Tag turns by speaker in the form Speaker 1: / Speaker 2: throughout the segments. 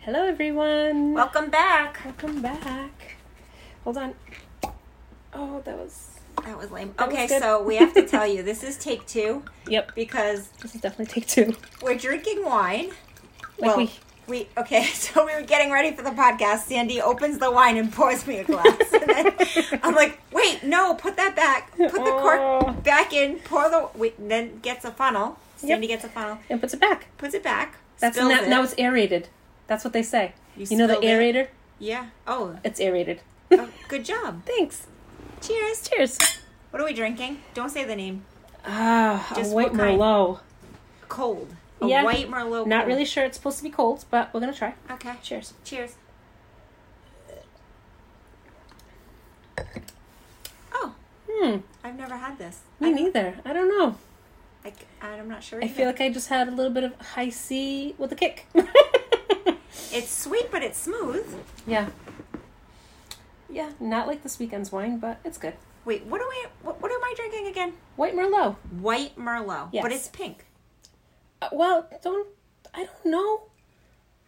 Speaker 1: Hello, everyone.
Speaker 2: Welcome back.
Speaker 1: Welcome back. Hold on. Oh, that was.
Speaker 2: That was lame.
Speaker 1: That was
Speaker 2: okay,
Speaker 1: good.
Speaker 2: so we have to tell you this is take two
Speaker 1: Yep.
Speaker 2: because
Speaker 1: This is definitely take two.
Speaker 2: we're drinking wine.
Speaker 1: Like
Speaker 2: well,
Speaker 1: we-
Speaker 2: we. okay. So we were getting ready for the podcast. Sandy opens the wine and pours me a glass. and then I'm like, wait, no, put that back. Put the
Speaker 1: Oh.
Speaker 2: cork back in. Pour the. Wait, then gets a funnel. Sandy gets a funnel.
Speaker 1: And puts it back.
Speaker 2: Puts it back.
Speaker 1: That's
Speaker 2: spills
Speaker 1: now,
Speaker 2: it.
Speaker 1: now it's aerated. That's what they say.
Speaker 2: You
Speaker 1: You, know the
Speaker 2: spilled it.
Speaker 1: aerator?
Speaker 2: yeah. Oh,
Speaker 1: It's aerated.
Speaker 2: oh, good job.
Speaker 1: Thanks.
Speaker 2: Cheers.
Speaker 1: Cheers.
Speaker 2: What are we drinking? Don't say the name.
Speaker 1: Ah, a
Speaker 2: Just
Speaker 1: white
Speaker 2: what kind?
Speaker 1: Merlot.
Speaker 2: Cold. A
Speaker 1: Yeah.
Speaker 2: white Merlot.
Speaker 1: Not
Speaker 2: cold.
Speaker 1: really sure. It's supposed to be cold, but we're gonna try.
Speaker 2: Okay.
Speaker 1: Cheers.
Speaker 2: Cheers. Oh,
Speaker 1: Hmm.
Speaker 2: I've never had this.
Speaker 1: Me neither. I don't know.
Speaker 2: Like, I'm not sure.
Speaker 1: I
Speaker 2: either.
Speaker 1: feel like I just had a little bit of high C with a kick.
Speaker 2: it's sweet, but it's smooth.
Speaker 1: yeah. Yeah, not like this weekend's wine, but it's good.
Speaker 2: Wait, what am I? What, what am I drinking again?
Speaker 1: White Merlot.
Speaker 2: White Merlot.
Speaker 1: Yes.
Speaker 2: But it's pink.
Speaker 1: Uh, well, don't I don't know.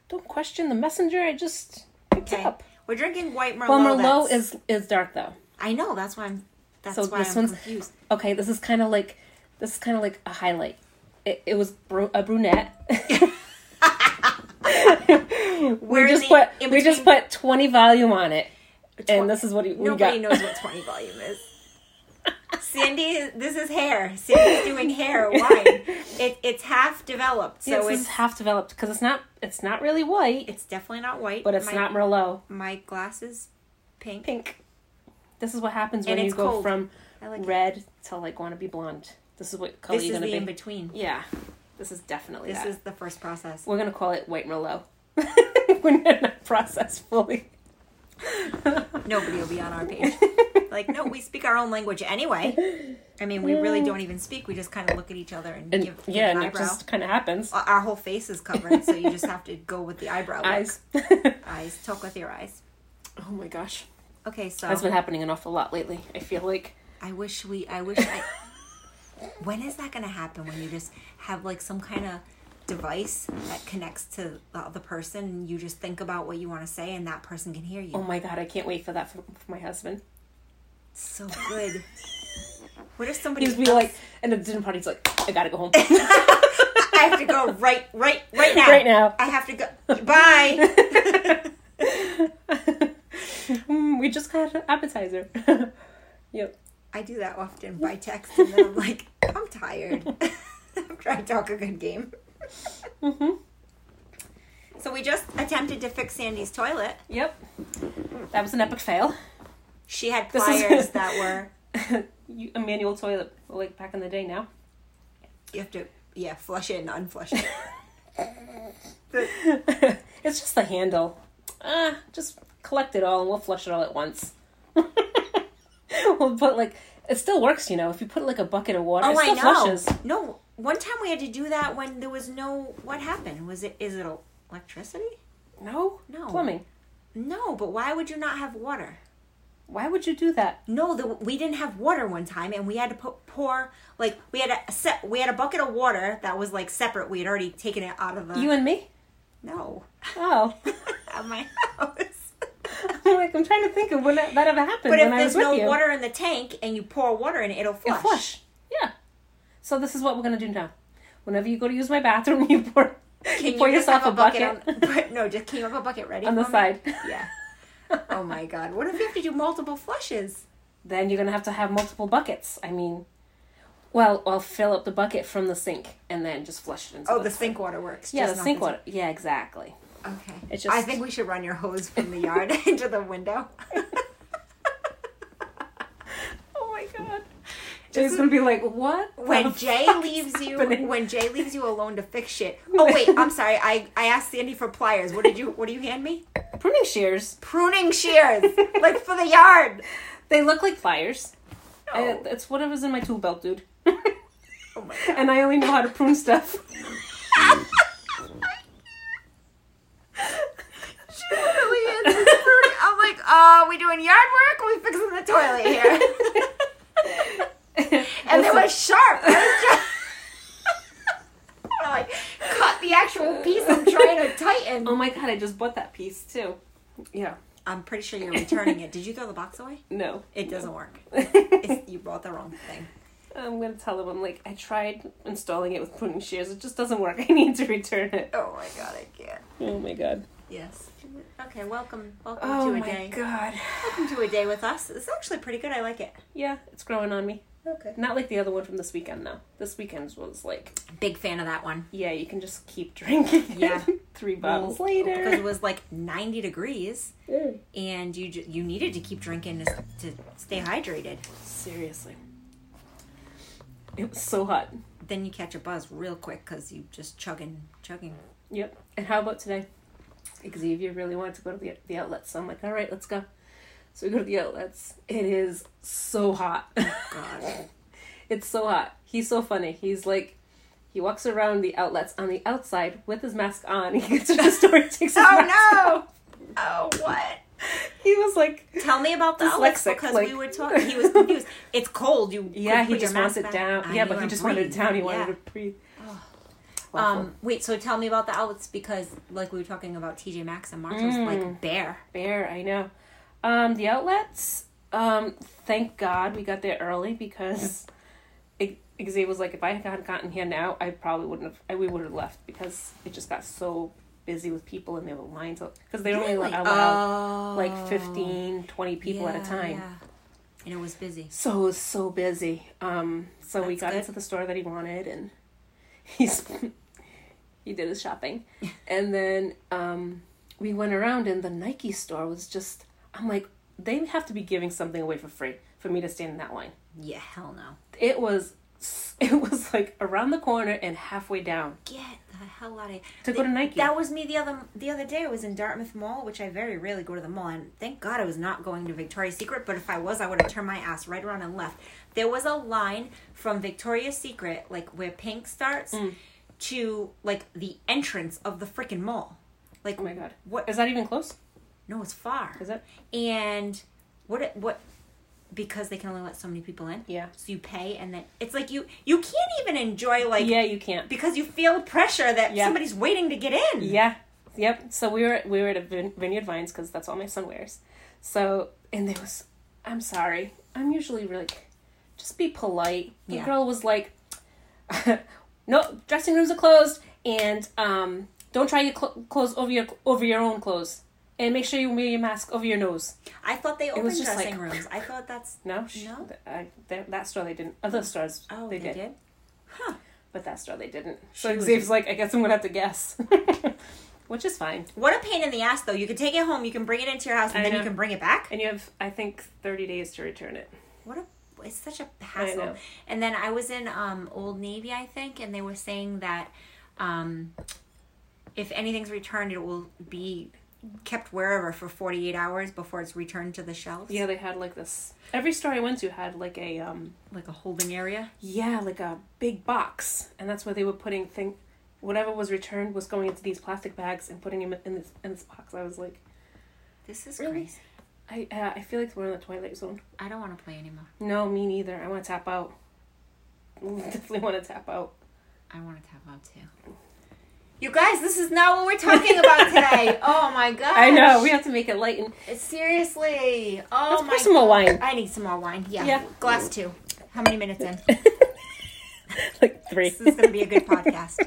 Speaker 1: Don't question the messenger. I just picked
Speaker 2: Okay.
Speaker 1: it up.
Speaker 2: We're drinking white Merlot.
Speaker 1: Well, Merlot
Speaker 2: that's-
Speaker 1: is is dark though.
Speaker 2: I know. That's why I'm. That's
Speaker 1: So
Speaker 2: why
Speaker 1: this
Speaker 2: I'm
Speaker 1: one's
Speaker 2: confused.
Speaker 1: okay. This is kind of like this is kind of like a highlight. It, it was bru- a brunette. we
Speaker 2: in
Speaker 1: just
Speaker 2: the-
Speaker 1: put
Speaker 2: in
Speaker 1: we just
Speaker 2: between-
Speaker 1: put twenty volume on it,
Speaker 2: Twen-
Speaker 1: and this is what we we
Speaker 2: Nobody
Speaker 1: got.
Speaker 2: knows what 20 volume is. Sandy, this is hair. Sandy's doing hair wine. It, it's half developed, so
Speaker 1: so
Speaker 2: it's
Speaker 1: it's half developed because it's not it's not really white,
Speaker 2: It's definitely not white.
Speaker 1: but it's
Speaker 2: my,
Speaker 1: not Merlot.
Speaker 2: My glasses, pink.
Speaker 1: Pink. This is what happens when
Speaker 2: And
Speaker 1: you
Speaker 2: it's
Speaker 1: go
Speaker 2: cold.
Speaker 1: from
Speaker 2: I like it.
Speaker 1: red to like want to be blonde. This is what color
Speaker 2: This
Speaker 1: you're
Speaker 2: is
Speaker 1: gonna
Speaker 2: the
Speaker 1: be.
Speaker 2: in between.
Speaker 1: Yeah, this is definitely
Speaker 2: This
Speaker 1: that.
Speaker 2: is the first process.
Speaker 1: We're gonna call it white Merlot when you're not processed fully.
Speaker 2: Nobody will be on our page. like, no, we speak our own language anyway. I mean, we really don't even speak. We just kind of look at each other and,
Speaker 1: And
Speaker 2: give, give
Speaker 1: yeah,
Speaker 2: an
Speaker 1: and it
Speaker 2: eyebrow.
Speaker 1: just kind of happens.
Speaker 2: Our our whole face is covered, so you just have to go with the eyebrow. look.
Speaker 1: Eyes.
Speaker 2: eyes, talk with your eyes.
Speaker 1: oh my gosh,
Speaker 2: Okay, so
Speaker 1: that's been happening an awful lot lately. I feel like
Speaker 2: I wish we. I wish I. when is that going to happen? When you just have like some kind of device that connects to the other person, and you just think about what you want to say, and that person can hear you.
Speaker 1: oh my god, I can't wait for that for, for my husband.
Speaker 2: So good. What if somebody?
Speaker 1: He was be
Speaker 2: else-
Speaker 1: like, and at the dinner party, he's like, I gotta go home.
Speaker 2: I have to go right, right, right now.
Speaker 1: Right now.
Speaker 2: I have to go. Bye.
Speaker 1: Mm, we just got an appetizer. yep.
Speaker 2: I do that often by text, and then I'm like, I'm tired. I'm trying to talk a good game.
Speaker 1: Mm-hmm.
Speaker 2: So we just attempted to fix Sandy's toilet.
Speaker 1: Yep. That was an epic fail.
Speaker 2: She had
Speaker 1: This is-
Speaker 2: pliers that were
Speaker 1: You, a manual toilet, like back in the day now.
Speaker 2: you have to yeah flush it and unflush it.
Speaker 1: it's just the handle. Ah, just collect it all and we'll flush it all at once. we'll put like it still works, you know. If you put like a bucket of water, it
Speaker 2: oh, I
Speaker 1: still
Speaker 2: know.
Speaker 1: flushes.
Speaker 2: No, one time we had to do that when there was no. What happened? Was it is it electricity?
Speaker 1: No,
Speaker 2: No.
Speaker 1: plumbing.
Speaker 2: No, but why would you not have water?
Speaker 1: Why would you do that?
Speaker 2: No, the, we didn't have water one time, and we had to put pour like we had a set. We had a bucket of water that was like separate. We had already taken it out of the
Speaker 1: You and me?
Speaker 2: no
Speaker 1: Oh,
Speaker 2: at my house.
Speaker 1: I'm like I'm trying to think of when that, that ever happened.
Speaker 2: But
Speaker 1: when
Speaker 2: if
Speaker 1: I was
Speaker 2: there's
Speaker 1: with
Speaker 2: no
Speaker 1: you.
Speaker 2: water in the tank and you pour water in it, it'll
Speaker 1: You
Speaker 2: flush.
Speaker 1: flush. Yeah. So this is what we're gonna do now. Whenever you go to use my bathroom, you pour you
Speaker 2: Can
Speaker 1: pour
Speaker 2: you just
Speaker 1: yourself
Speaker 2: have
Speaker 1: a bucket,
Speaker 2: on, no, just can you have a bucket ready
Speaker 1: on the
Speaker 2: for me?
Speaker 1: side.
Speaker 2: Yeah. Oh my god. What if you have to do multiple flushes?
Speaker 1: then you're gonna have to have multiple buckets. I mean, well, I'll fill up the bucket from the sink and then just flush it into.
Speaker 2: Oh, the sink water works.
Speaker 1: yeah,
Speaker 2: just
Speaker 1: the
Speaker 2: not
Speaker 1: sink water. Yeah, exactly.
Speaker 2: Okay.
Speaker 1: It's
Speaker 2: I
Speaker 1: just-
Speaker 2: think we should run your hose from the yard into the window.
Speaker 1: Oh my god, Jay's gonna be like, what?
Speaker 2: When
Speaker 1: the
Speaker 2: Jay
Speaker 1: fuck is
Speaker 2: leaves you,
Speaker 1: happening?"
Speaker 2: when Jay leaves you alone to fix shit. Oh wait, I'm sorry. I I asked Sandy for pliers. What did you What do you hand me?
Speaker 1: pruning shears,
Speaker 2: Pruning shears, like for the yard.
Speaker 1: they look like pliers. I,
Speaker 2: No.
Speaker 1: it's whatever's in my tool belt, dude.
Speaker 2: Oh my god.
Speaker 1: and I only know how to prune stuff.
Speaker 2: She really is pruning. I'm like, oh, we doing yard work? Or we fixing the toilet here? And they were sharp. I was just- I'm like, cut the actual piece I'm trying to tighten.
Speaker 1: Oh my god, I just bought that piece too. Yeah.
Speaker 2: Um, I'm pretty sure you're returning it. Did you throw the box away?
Speaker 1: No.
Speaker 2: It doesn't work.
Speaker 1: I'm
Speaker 2: It's, you bought the wrong thing.
Speaker 1: gonna tell them I'm like I tried installing it with pruning shears. It just doesn't work. I need to return it.
Speaker 2: Oh my god, I can't.
Speaker 1: Oh my god.
Speaker 2: Yes. Okay, welcome, welcome
Speaker 1: Oh
Speaker 2: to a
Speaker 1: my
Speaker 2: day.
Speaker 1: god.
Speaker 2: Welcome to a day with us. It's actually pretty good. I like it.
Speaker 1: Yeah, it's growing on me.
Speaker 2: Okay.
Speaker 1: Not like the other one from this weekend. No, this weekend's was like
Speaker 2: Big fan of that one.
Speaker 1: yeah, you can just keep drinking. it.
Speaker 2: Yeah.
Speaker 1: Three bottles
Speaker 2: Well, because
Speaker 1: later.
Speaker 2: it was like 90 degrees,
Speaker 1: Mm.
Speaker 2: and you ju- you needed to keep drinking to, to stay hydrated.
Speaker 1: Seriously. It was so hot.
Speaker 2: Then you catch a buzz real quick because you just chugging chugging.
Speaker 1: Yep. And how about today? Xavier really wanted to go to the, the outlet, so I'm like, all right, let's go. So we go to the outlets. It is so hot.
Speaker 2: God.
Speaker 1: it's so hot. He's so funny. He's like, he walks around the outlets on the outside with his mask on. He gets to the store, and takes his mask
Speaker 2: Oh,
Speaker 1: off.
Speaker 2: no! Oh what?
Speaker 1: He was like,
Speaker 2: Tell me about the outlets
Speaker 1: Dyslexic,
Speaker 2: because we
Speaker 1: like-
Speaker 2: were talking. He was confused. It's cold. You
Speaker 1: yeah,
Speaker 2: could
Speaker 1: he
Speaker 2: put
Speaker 1: just
Speaker 2: your
Speaker 1: wants
Speaker 2: mask
Speaker 1: it
Speaker 2: back.
Speaker 1: down.
Speaker 2: I
Speaker 1: yeah,
Speaker 2: knew
Speaker 1: but he
Speaker 2: I
Speaker 1: just wanted it
Speaker 2: breathed.
Speaker 1: down. He wanted
Speaker 2: Yeah.
Speaker 1: to breathe. Awful.
Speaker 2: Um, wait, so tell me about the outlets because, like, we were talking about TJ Maxx and Marshalls,
Speaker 1: Mm.
Speaker 2: like, bare.
Speaker 1: Fair, I know. Um, the outlets, um, thank God we got there early because it, Xavier was like, if I had gotten here now, I probably wouldn't have, I, we would have left because it just got so busy with people and there were lines because they only
Speaker 2: Really?
Speaker 1: allow
Speaker 2: Oh.
Speaker 1: like 15, 20 people at
Speaker 2: Yeah,
Speaker 1: a time.
Speaker 2: yeah. And it was busy.
Speaker 1: So it was so busy. Um, so we
Speaker 2: That's
Speaker 1: got
Speaker 2: good.
Speaker 1: into the store that he wanted, and he's he did his shopping, and then um, we went around, and the Nike store was just. I'm like, they have to be giving something away for free for me to stand in that line.
Speaker 2: Yeah, hell no.
Speaker 1: It was, it was like around the corner and halfway down.
Speaker 2: Get the hell out of here.
Speaker 1: To go to Nike.
Speaker 2: That was me the other the other day. I was in Dartmouth Mall, which I very rarely go to the mall, and thank God I was not going to Victoria's Secret. But if I was, I would have turned my ass right around and left. There was a line from Victoria's Secret, like where Pink starts,
Speaker 1: Mm.
Speaker 2: to like the entrance of the freaking mall. Like,
Speaker 1: Oh my god,
Speaker 2: What-
Speaker 1: is that even close?
Speaker 2: no, it's far.
Speaker 1: Is it?
Speaker 2: and what it what because they can only let so many people in
Speaker 1: Yeah.
Speaker 2: so you pay and then it's like you you can't even enjoy like
Speaker 1: Yeah, you can't.
Speaker 2: because you feel pressure that
Speaker 1: Yeah.
Speaker 2: somebody's waiting to get in
Speaker 1: Yeah. Yep. So we were we were at a vin- Vineyard Vines because that's all my son wears. So and there was, I'm sorry. I'm usually really, just be polite. The
Speaker 2: Yeah.
Speaker 1: girl was like, no, dressing rooms are closed, and um, don't try your cl- clothes over your over your own clothes, and make sure you wear your mask over your nose.
Speaker 2: i thought they opened
Speaker 1: was just
Speaker 2: dressing
Speaker 1: like-
Speaker 2: rooms i thought that's
Speaker 1: No, Sh-
Speaker 2: No.
Speaker 1: th- I, th- that store they didn't. Other stores
Speaker 2: oh
Speaker 1: they, did,
Speaker 2: huh
Speaker 1: but that store they didn't.
Speaker 2: She
Speaker 1: So
Speaker 2: was-
Speaker 1: Xavier's like, I guess I'm gonna have to guess, which is fine.
Speaker 2: what a pain in the ass though you can take it home you can bring it into your house and
Speaker 1: I
Speaker 2: then you
Speaker 1: know.
Speaker 2: can bring it back
Speaker 1: And you have, I think, thirty days to return it.
Speaker 2: what a it's such a hassle
Speaker 1: know.
Speaker 2: and then i was in um old navy i think and they were saying that um if anything's returned it will be kept wherever for 48 hours before it's returned to the shelves
Speaker 1: Yeah, they had like this. Every store I went to had like a um
Speaker 2: like a holding area
Speaker 1: yeah, like a big box, and that's where they were putting thing, whatever was returned was going into these plastic bags and putting them in this in this box. I was like,
Speaker 2: this is
Speaker 1: Really?
Speaker 2: crazy
Speaker 1: I uh, I feel like we're in the twilight zone.
Speaker 2: i don't want to play anymore
Speaker 1: No, me neither. I want to tap out. Definitely want to tap out.
Speaker 2: i want to tap out too you guys this is not what we're talking about today oh my god
Speaker 1: I know we have to make it light and
Speaker 2: seriously oh
Speaker 1: let's
Speaker 2: my
Speaker 1: pour some more wine.
Speaker 2: i need some more wine yeah.
Speaker 1: Yeah.
Speaker 2: glass two how many minutes in
Speaker 1: like three.
Speaker 2: This is going to be a good podcast.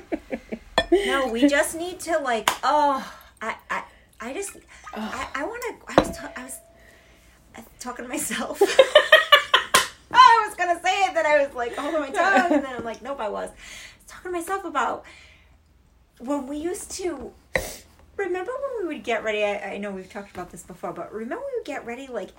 Speaker 2: No, we just need to like. Oh, I, I, I just, I, I want to. I was, ta- I was I was talking to myself. Oh, I was gonna say it, then I was like, hold on my tongue, and then I'm like, nope, I was. I was talking to myself about when we used to. Remember when we would get ready? I, I know we've talked about this before, but remember we would get ready like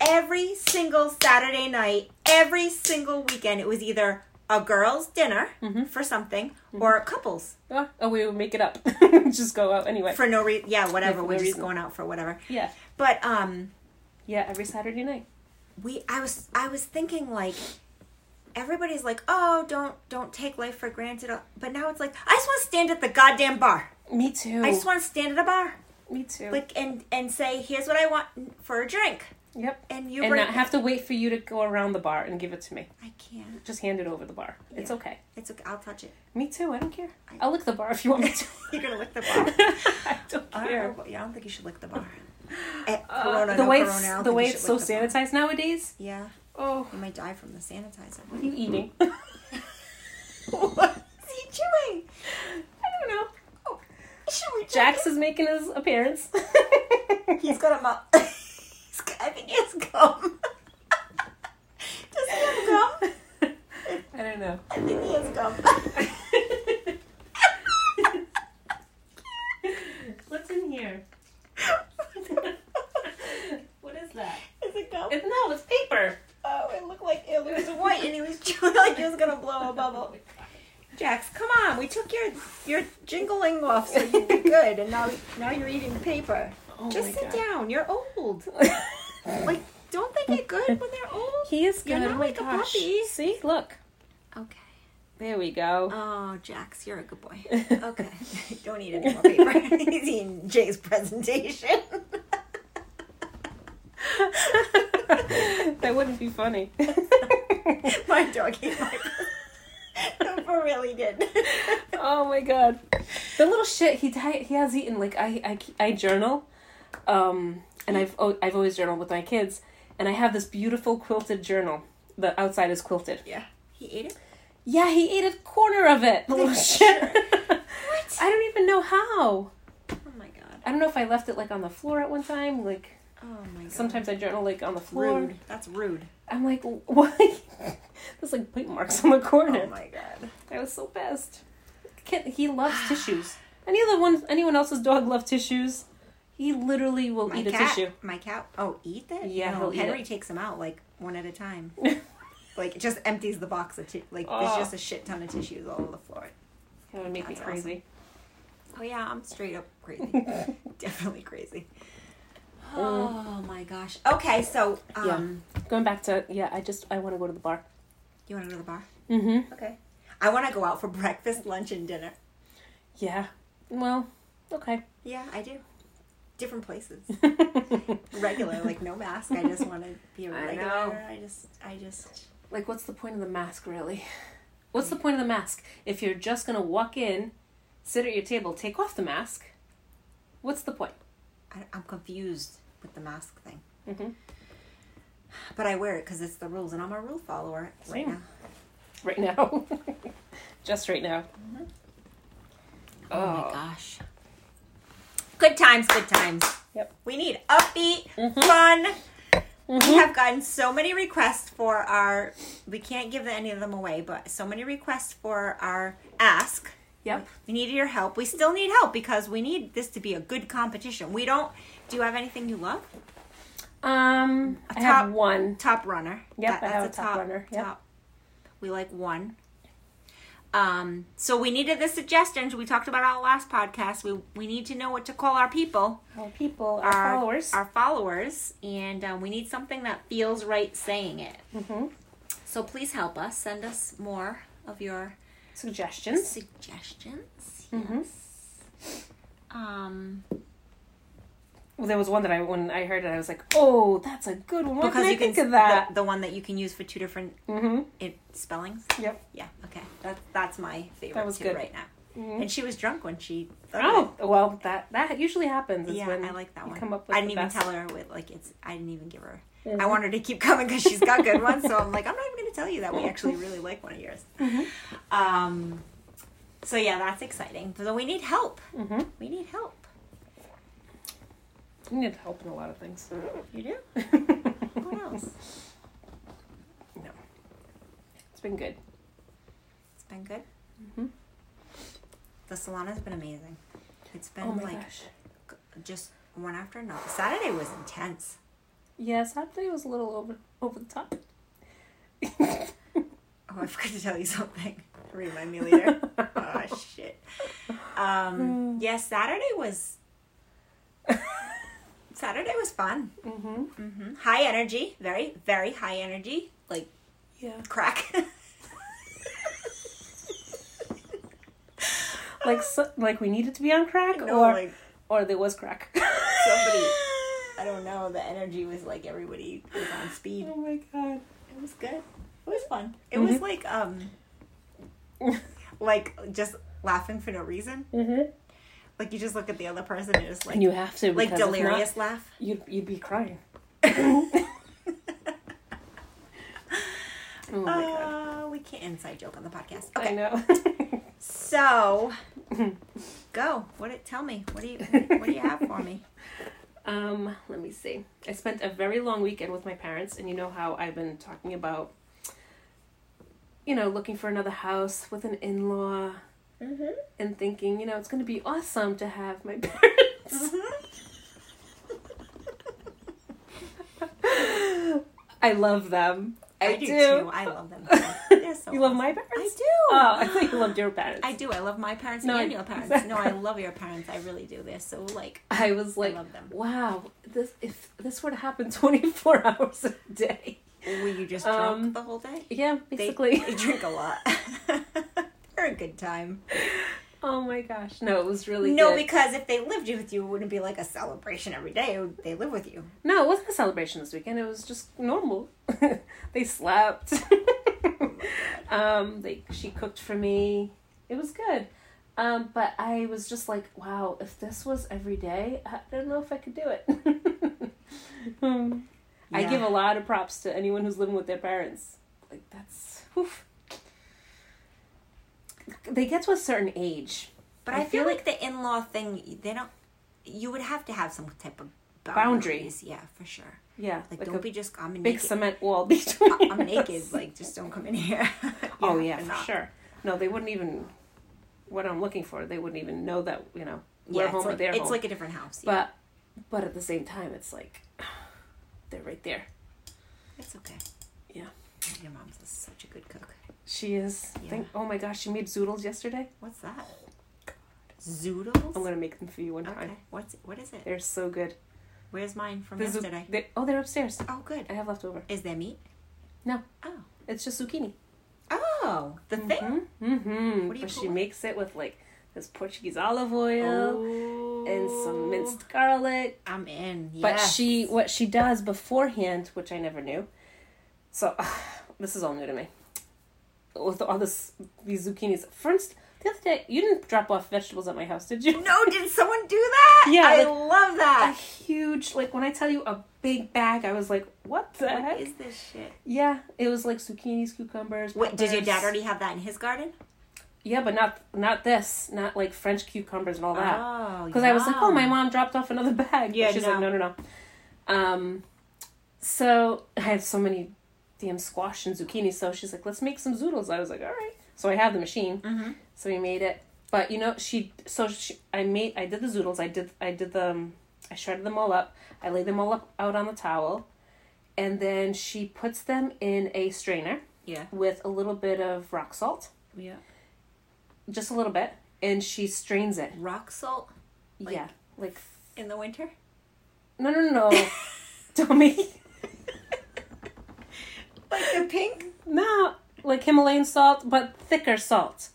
Speaker 2: every single Saturday night, every single weekend. It was either a girls' dinner
Speaker 1: Mm-hmm.
Speaker 2: for something or a couples
Speaker 1: Oh, oh, we would make it up. Just go out anyway.
Speaker 2: for no reason. Yeah, whatever.
Speaker 1: for no
Speaker 2: We're just
Speaker 1: reason.
Speaker 2: going out for whatever.
Speaker 1: Yeah,
Speaker 2: But um,
Speaker 1: yeah. Every Saturday night.
Speaker 2: we i was i was thinking like everybody's like oh don't don't take life for granted but now it's like i just want to stand at the goddamn bar
Speaker 1: Me too.
Speaker 2: i just want to stand at a bar
Speaker 1: Me too.
Speaker 2: like and and say here's what i want for a drink
Speaker 1: Yep.
Speaker 2: And you
Speaker 1: and
Speaker 2: bring.
Speaker 1: not have to wait for you to go around the bar and give it to me.
Speaker 2: I can't.
Speaker 1: Just hand it over the bar. It's
Speaker 2: Yeah.
Speaker 1: okay.
Speaker 2: It's okay. I'll touch it.
Speaker 1: Me too. I don't care.
Speaker 2: I-
Speaker 1: I'll lick the bar if you want me to.
Speaker 2: You're gonna lick the bar.
Speaker 1: I don't
Speaker 2: I don't,
Speaker 1: care.
Speaker 2: know, yeah, I don't think you should lick the bar. Eh,
Speaker 1: Uh,
Speaker 2: corona,
Speaker 1: the
Speaker 2: no
Speaker 1: way
Speaker 2: corona, I
Speaker 1: it's,
Speaker 2: don't
Speaker 1: the
Speaker 2: think
Speaker 1: way
Speaker 2: you
Speaker 1: it's
Speaker 2: should
Speaker 1: so
Speaker 2: lick the bar.
Speaker 1: sanitized nowadays.
Speaker 2: Yeah,
Speaker 1: Oh,
Speaker 2: you might die from the sanitizer.
Speaker 1: what are you eating?
Speaker 2: What is he chewing?
Speaker 1: I don't know.
Speaker 2: Should we check
Speaker 1: Jax
Speaker 2: his-
Speaker 1: is making his appearance.
Speaker 2: He's got a mouth. He's got- I think he has gum. Does he have gum?
Speaker 1: I don't know.
Speaker 2: I think he has gum.
Speaker 1: What's in here? What is that?
Speaker 2: is it gum?
Speaker 1: It, no, it's paper.
Speaker 2: Oh, it looked like it was white, and he was chewing like he was gonna blow Oh, a bubble. Jax, come on! We took your your jingling off, so you'd be good, and now now you're eating paper.
Speaker 1: Oh
Speaker 2: Just
Speaker 1: my
Speaker 2: sit
Speaker 1: God.
Speaker 2: down. You're old. Like, don't they get good when they're old?
Speaker 1: He is good.
Speaker 2: You're not
Speaker 1: Oh my
Speaker 2: like a
Speaker 1: gosh.
Speaker 2: puppy.
Speaker 1: See, look.
Speaker 2: Okay.
Speaker 1: There we go.
Speaker 2: Oh, Jax, you're a good boy. Um, Okay. don't eat any more paper. He's eating Jay's presentation.
Speaker 1: that wouldn't be funny.
Speaker 2: my dog ate my. Cooper really did.
Speaker 1: oh my god the little shit he di- he has eaten like i i, ke- I journal um and i've oh, i've always journaled with my kids and i have this beautiful quilted journal the outside is quilted
Speaker 2: yeah. He ate it.
Speaker 1: yeah he ate a corner of it the little Oh, shit
Speaker 2: What?
Speaker 1: i don't even know how
Speaker 2: Oh my god.
Speaker 1: i don't know if i left it like on the floor at one time like
Speaker 2: Oh my god.
Speaker 1: sometimes i journal like on the floor
Speaker 2: rude. That's rude.
Speaker 1: i'm like why there's like bite marks on the corner
Speaker 2: Oh my god.
Speaker 1: I was so pissed. Kid, he loves tissues. Any other one, anyone else's dog love tissues? He literally will
Speaker 2: My
Speaker 1: eat a
Speaker 2: cat.
Speaker 1: tissue.
Speaker 2: My cat. Oh, eat that?
Speaker 1: Yeah,
Speaker 2: No,
Speaker 1: he'll eat
Speaker 2: Henry
Speaker 1: it.
Speaker 2: takes them out like one at a time. like just empties the box of t- like there's
Speaker 1: Oh.
Speaker 2: just a shit ton of tissues all over the floor.
Speaker 1: That would make
Speaker 2: That's
Speaker 1: me
Speaker 2: awesome.
Speaker 1: crazy.
Speaker 2: Oh yeah, I'm straight up crazy. Definitely crazy. Oh my gosh. Okay, so um,
Speaker 1: Going back to yeah, I just I want to go to the bar.
Speaker 2: you want to go to the bar?
Speaker 1: Mm-hmm.
Speaker 2: Okay. I want to go out for breakfast, lunch, and dinner.
Speaker 1: Yeah. Well, okay.
Speaker 2: Yeah, I do. Different places. Regular, like no mask. I just want to be a
Speaker 1: I
Speaker 2: regular.
Speaker 1: know.
Speaker 2: I just, I just.
Speaker 1: like, what's the point of the mask, really? What's the point of the mask if you're just gonna walk in, sit at your table, take off the mask? What's the point?
Speaker 2: I, I'm confused with the mask thing.
Speaker 1: Mhm.
Speaker 2: But I wear it because it's the rules, and I'm a rule follower right
Speaker 1: Same.
Speaker 2: now.
Speaker 1: Right now, just right now. Oh,
Speaker 2: gosh. Good times, good times.
Speaker 1: Yep. Mm-hmm.
Speaker 2: We need upbeat, fun. We have gotten so many requests for our. We can't give any of them away, but so many requests for our ask.
Speaker 1: Yep.
Speaker 2: We needed your help. We still need help because we need this to be a good competition. We don't. Do you have anything you love?
Speaker 1: Um, I
Speaker 2: top-
Speaker 1: have one.
Speaker 2: Top runner.
Speaker 1: Yep, I have a top runner. Yep.
Speaker 2: We like one. Um, so we needed the suggestions. We talked about our last podcast. We we need to know what to call our Oh, people,
Speaker 1: Our people, our,
Speaker 2: our
Speaker 1: followers.
Speaker 2: our followers, and um, we need something that feels right saying it.
Speaker 1: hmm
Speaker 2: So please help us. Send us more of your
Speaker 1: Suggestions.
Speaker 2: suggestions.
Speaker 1: Mhm.
Speaker 2: Yes. Mm-hmm. Um,
Speaker 1: Well, there was one that I when I heard it, I was like, "Oh, that's a good one." Because
Speaker 2: because
Speaker 1: I
Speaker 2: you can
Speaker 1: think of that.
Speaker 2: The, the one that you can use for two different
Speaker 1: hmm
Speaker 2: it, spellings.
Speaker 1: Yep.
Speaker 2: Yeah. Okay. That that's my favorite
Speaker 1: That was
Speaker 2: too
Speaker 1: good.
Speaker 2: right now.
Speaker 1: Mhm.
Speaker 2: And she was drunk when she.
Speaker 1: Oh, well, that that usually happens. Is
Speaker 2: yeah,
Speaker 1: when
Speaker 2: I like that
Speaker 1: you
Speaker 2: one.
Speaker 1: Come up with
Speaker 2: I didn't
Speaker 1: the
Speaker 2: even
Speaker 1: best. Mm-hmm.
Speaker 2: tell her with like it's. I didn't even give her. I want her to keep coming because she's got good ones. So I'm like, I'm not even going to tell you that we actually really like one of yours.
Speaker 1: Mm-hmm.
Speaker 2: Um, so yeah, that's exciting. So we need help.
Speaker 1: Mhm.
Speaker 2: We need help.
Speaker 1: You need help in a lot of things.
Speaker 2: You do. What else?
Speaker 1: It's been good.
Speaker 2: it's been good.
Speaker 1: Mhm.
Speaker 2: The salon has been amazing. It's been
Speaker 1: oh my
Speaker 2: like
Speaker 1: gosh.
Speaker 2: just one after another. Saturday was intense.
Speaker 1: Yeah, Saturday was a little over over the top.
Speaker 2: Oh, I forgot to tell you something. Remind me later. oh shit.
Speaker 1: Hmm.
Speaker 2: Um, yeah, Saturday was. Saturday was fun.
Speaker 1: Mm-hmm.
Speaker 2: hmm High energy, very very high energy, like
Speaker 1: Yeah.
Speaker 2: crack.
Speaker 1: Like so, like we needed to be on crack,
Speaker 2: No,
Speaker 1: or
Speaker 2: like
Speaker 1: or there was crack.
Speaker 2: somebody. I don't know. The energy was like everybody was on speed.
Speaker 1: Oh my god.
Speaker 2: It was good. It was fun. It
Speaker 1: Mm-hmm.
Speaker 2: was like um, like just laughing for no reason.
Speaker 1: Mm-hmm.
Speaker 2: Like you just look at the other person and it's like
Speaker 1: And you have to
Speaker 2: like
Speaker 1: because if not,
Speaker 2: delirious laugh.
Speaker 1: you'd you'd be crying. oh my god.
Speaker 2: Uh, we can't inside joke on the podcast.
Speaker 1: I
Speaker 2: Okay,
Speaker 1: know.
Speaker 2: so go. What? It, tell me. What do you? What do you have for me?
Speaker 1: Um, let me see. I spent a very long weekend with my parents, and you know how I've been talking about, you know, looking for another house with an in law
Speaker 2: Mm-hmm.
Speaker 1: and thinking, you know, it's going to be awesome to have my parents. I love them. I, do.
Speaker 2: too. I love them. too. They're so
Speaker 1: You love
Speaker 2: awesome.
Speaker 1: my
Speaker 2: I
Speaker 1: parents?
Speaker 2: do.
Speaker 1: Oh, I think you loved your parents.
Speaker 2: I do. I love my parents
Speaker 1: No,
Speaker 2: and your parents.
Speaker 1: exactly.
Speaker 2: No, I love your parents. I really do. They're so like.
Speaker 1: I was
Speaker 2: I
Speaker 1: like,
Speaker 2: love them.
Speaker 1: wow, this if this were to happen 24 hours a day.
Speaker 2: Were you just
Speaker 1: Um,
Speaker 2: drunk the whole day?
Speaker 1: Yeah,
Speaker 2: They-
Speaker 1: basically.
Speaker 2: they, drink a lot. They're a good time.
Speaker 1: oh my gosh. No, it was really
Speaker 2: no,
Speaker 1: good.
Speaker 2: because if they lived with you, it wouldn't be like a celebration every day. It would- They live with you.
Speaker 1: No, it wasn't a celebration this weekend. It was just normal. they slept. um, they she cooked for me. It was good. Um, but I was just like, wow, if this was every day, I don't know if I could do it. Um, I give
Speaker 2: Yeah.
Speaker 1: a lot of props to anyone who's living with their parents. Like that's oof. They get to a certain age.
Speaker 2: But I,
Speaker 1: I
Speaker 2: feel
Speaker 1: feel
Speaker 2: like the in law thing. They don't. You would have to have some type of boundaries.
Speaker 1: Boundaries.
Speaker 2: Yeah, for sure.
Speaker 1: Yeah,
Speaker 2: Like,
Speaker 1: like,
Speaker 2: don't
Speaker 1: a
Speaker 2: be just. I'm
Speaker 1: big
Speaker 2: naked.
Speaker 1: cement wall between.
Speaker 2: I'm
Speaker 1: us.
Speaker 2: naked. Like just don't come in here.
Speaker 1: Oh yeah,
Speaker 2: and
Speaker 1: for
Speaker 2: not-
Speaker 1: sure. No, they wouldn't even. What I'm looking for, they wouldn't even know that you know
Speaker 2: Yeah,
Speaker 1: we're
Speaker 2: it's
Speaker 1: home
Speaker 2: like,
Speaker 1: or they're
Speaker 2: it's
Speaker 1: home.
Speaker 2: like a different house. Yeah.
Speaker 1: but, but at the same time, it's like they're right there.
Speaker 2: it's okay.
Speaker 1: Yeah,
Speaker 2: Your mom's is such a good cook.
Speaker 1: she is.
Speaker 2: Yeah.
Speaker 1: Think, oh my gosh, she made zoodles yesterday.
Speaker 2: What's that? Zoodles.
Speaker 1: I'm gonna make them for you one time.
Speaker 2: okay. What's what is it?
Speaker 1: They're so good.
Speaker 2: Where's mine from
Speaker 1: The zoo-
Speaker 2: yesterday?
Speaker 1: they- oh, they're upstairs.
Speaker 2: Oh, good.
Speaker 1: I have leftover.
Speaker 2: Is there meat?
Speaker 1: No.
Speaker 2: Oh.
Speaker 1: It's just zucchini.
Speaker 2: Oh, the thing.
Speaker 1: Mm-hmm.
Speaker 2: What do you
Speaker 1: but
Speaker 2: put
Speaker 1: she
Speaker 2: with-
Speaker 1: makes it with like this Portuguese olive oil
Speaker 2: Oh.
Speaker 1: and some minced garlic
Speaker 2: I'm in.
Speaker 1: But
Speaker 2: yes.
Speaker 1: she, what she does beforehand, which I never knew. So, this is all new to me. With all this, these zucchinis. First, the other day, you didn't drop off vegetables at my house, did you?
Speaker 2: No, did someone do that?
Speaker 1: Yeah,
Speaker 2: I
Speaker 1: like-
Speaker 2: love
Speaker 1: A
Speaker 2: that.
Speaker 1: huge, like when I tell you a big bag, I was like, what the heck?
Speaker 2: What is this shit?
Speaker 1: yeah, it was like zucchinis, cucumbers.
Speaker 2: Wait, did your dad
Speaker 1: peppers.
Speaker 2: already have that in his garden?
Speaker 1: Yeah, but not not this, not like French cucumbers and all that.
Speaker 2: Oh,
Speaker 1: Because I was like, oh, my
Speaker 2: yum.
Speaker 1: mom dropped off another bag.
Speaker 2: Yeah,
Speaker 1: Yeah, she's
Speaker 2: no.
Speaker 1: like, no, no, no. Um, so I have so many damn squash and zucchini. So she's like, let's make some zoodles. I was like, all right. So I have the machine.
Speaker 2: Mhm.
Speaker 1: So we made it. But you know, she so she I made I did the zoodles. I did I did them. I shredded them all up. I laid them all up out on the towel, and then she puts them in a strainer
Speaker 2: Yeah,
Speaker 1: with a little bit of rock salt,
Speaker 2: yeah.
Speaker 1: just a little bit, and she strains it.
Speaker 2: Rock salt Like-
Speaker 1: yeah, like
Speaker 2: in the winter.
Speaker 1: No, no, no. Dummy.
Speaker 2: Like the pink,
Speaker 1: No, like Himalayan salt, but thicker salt.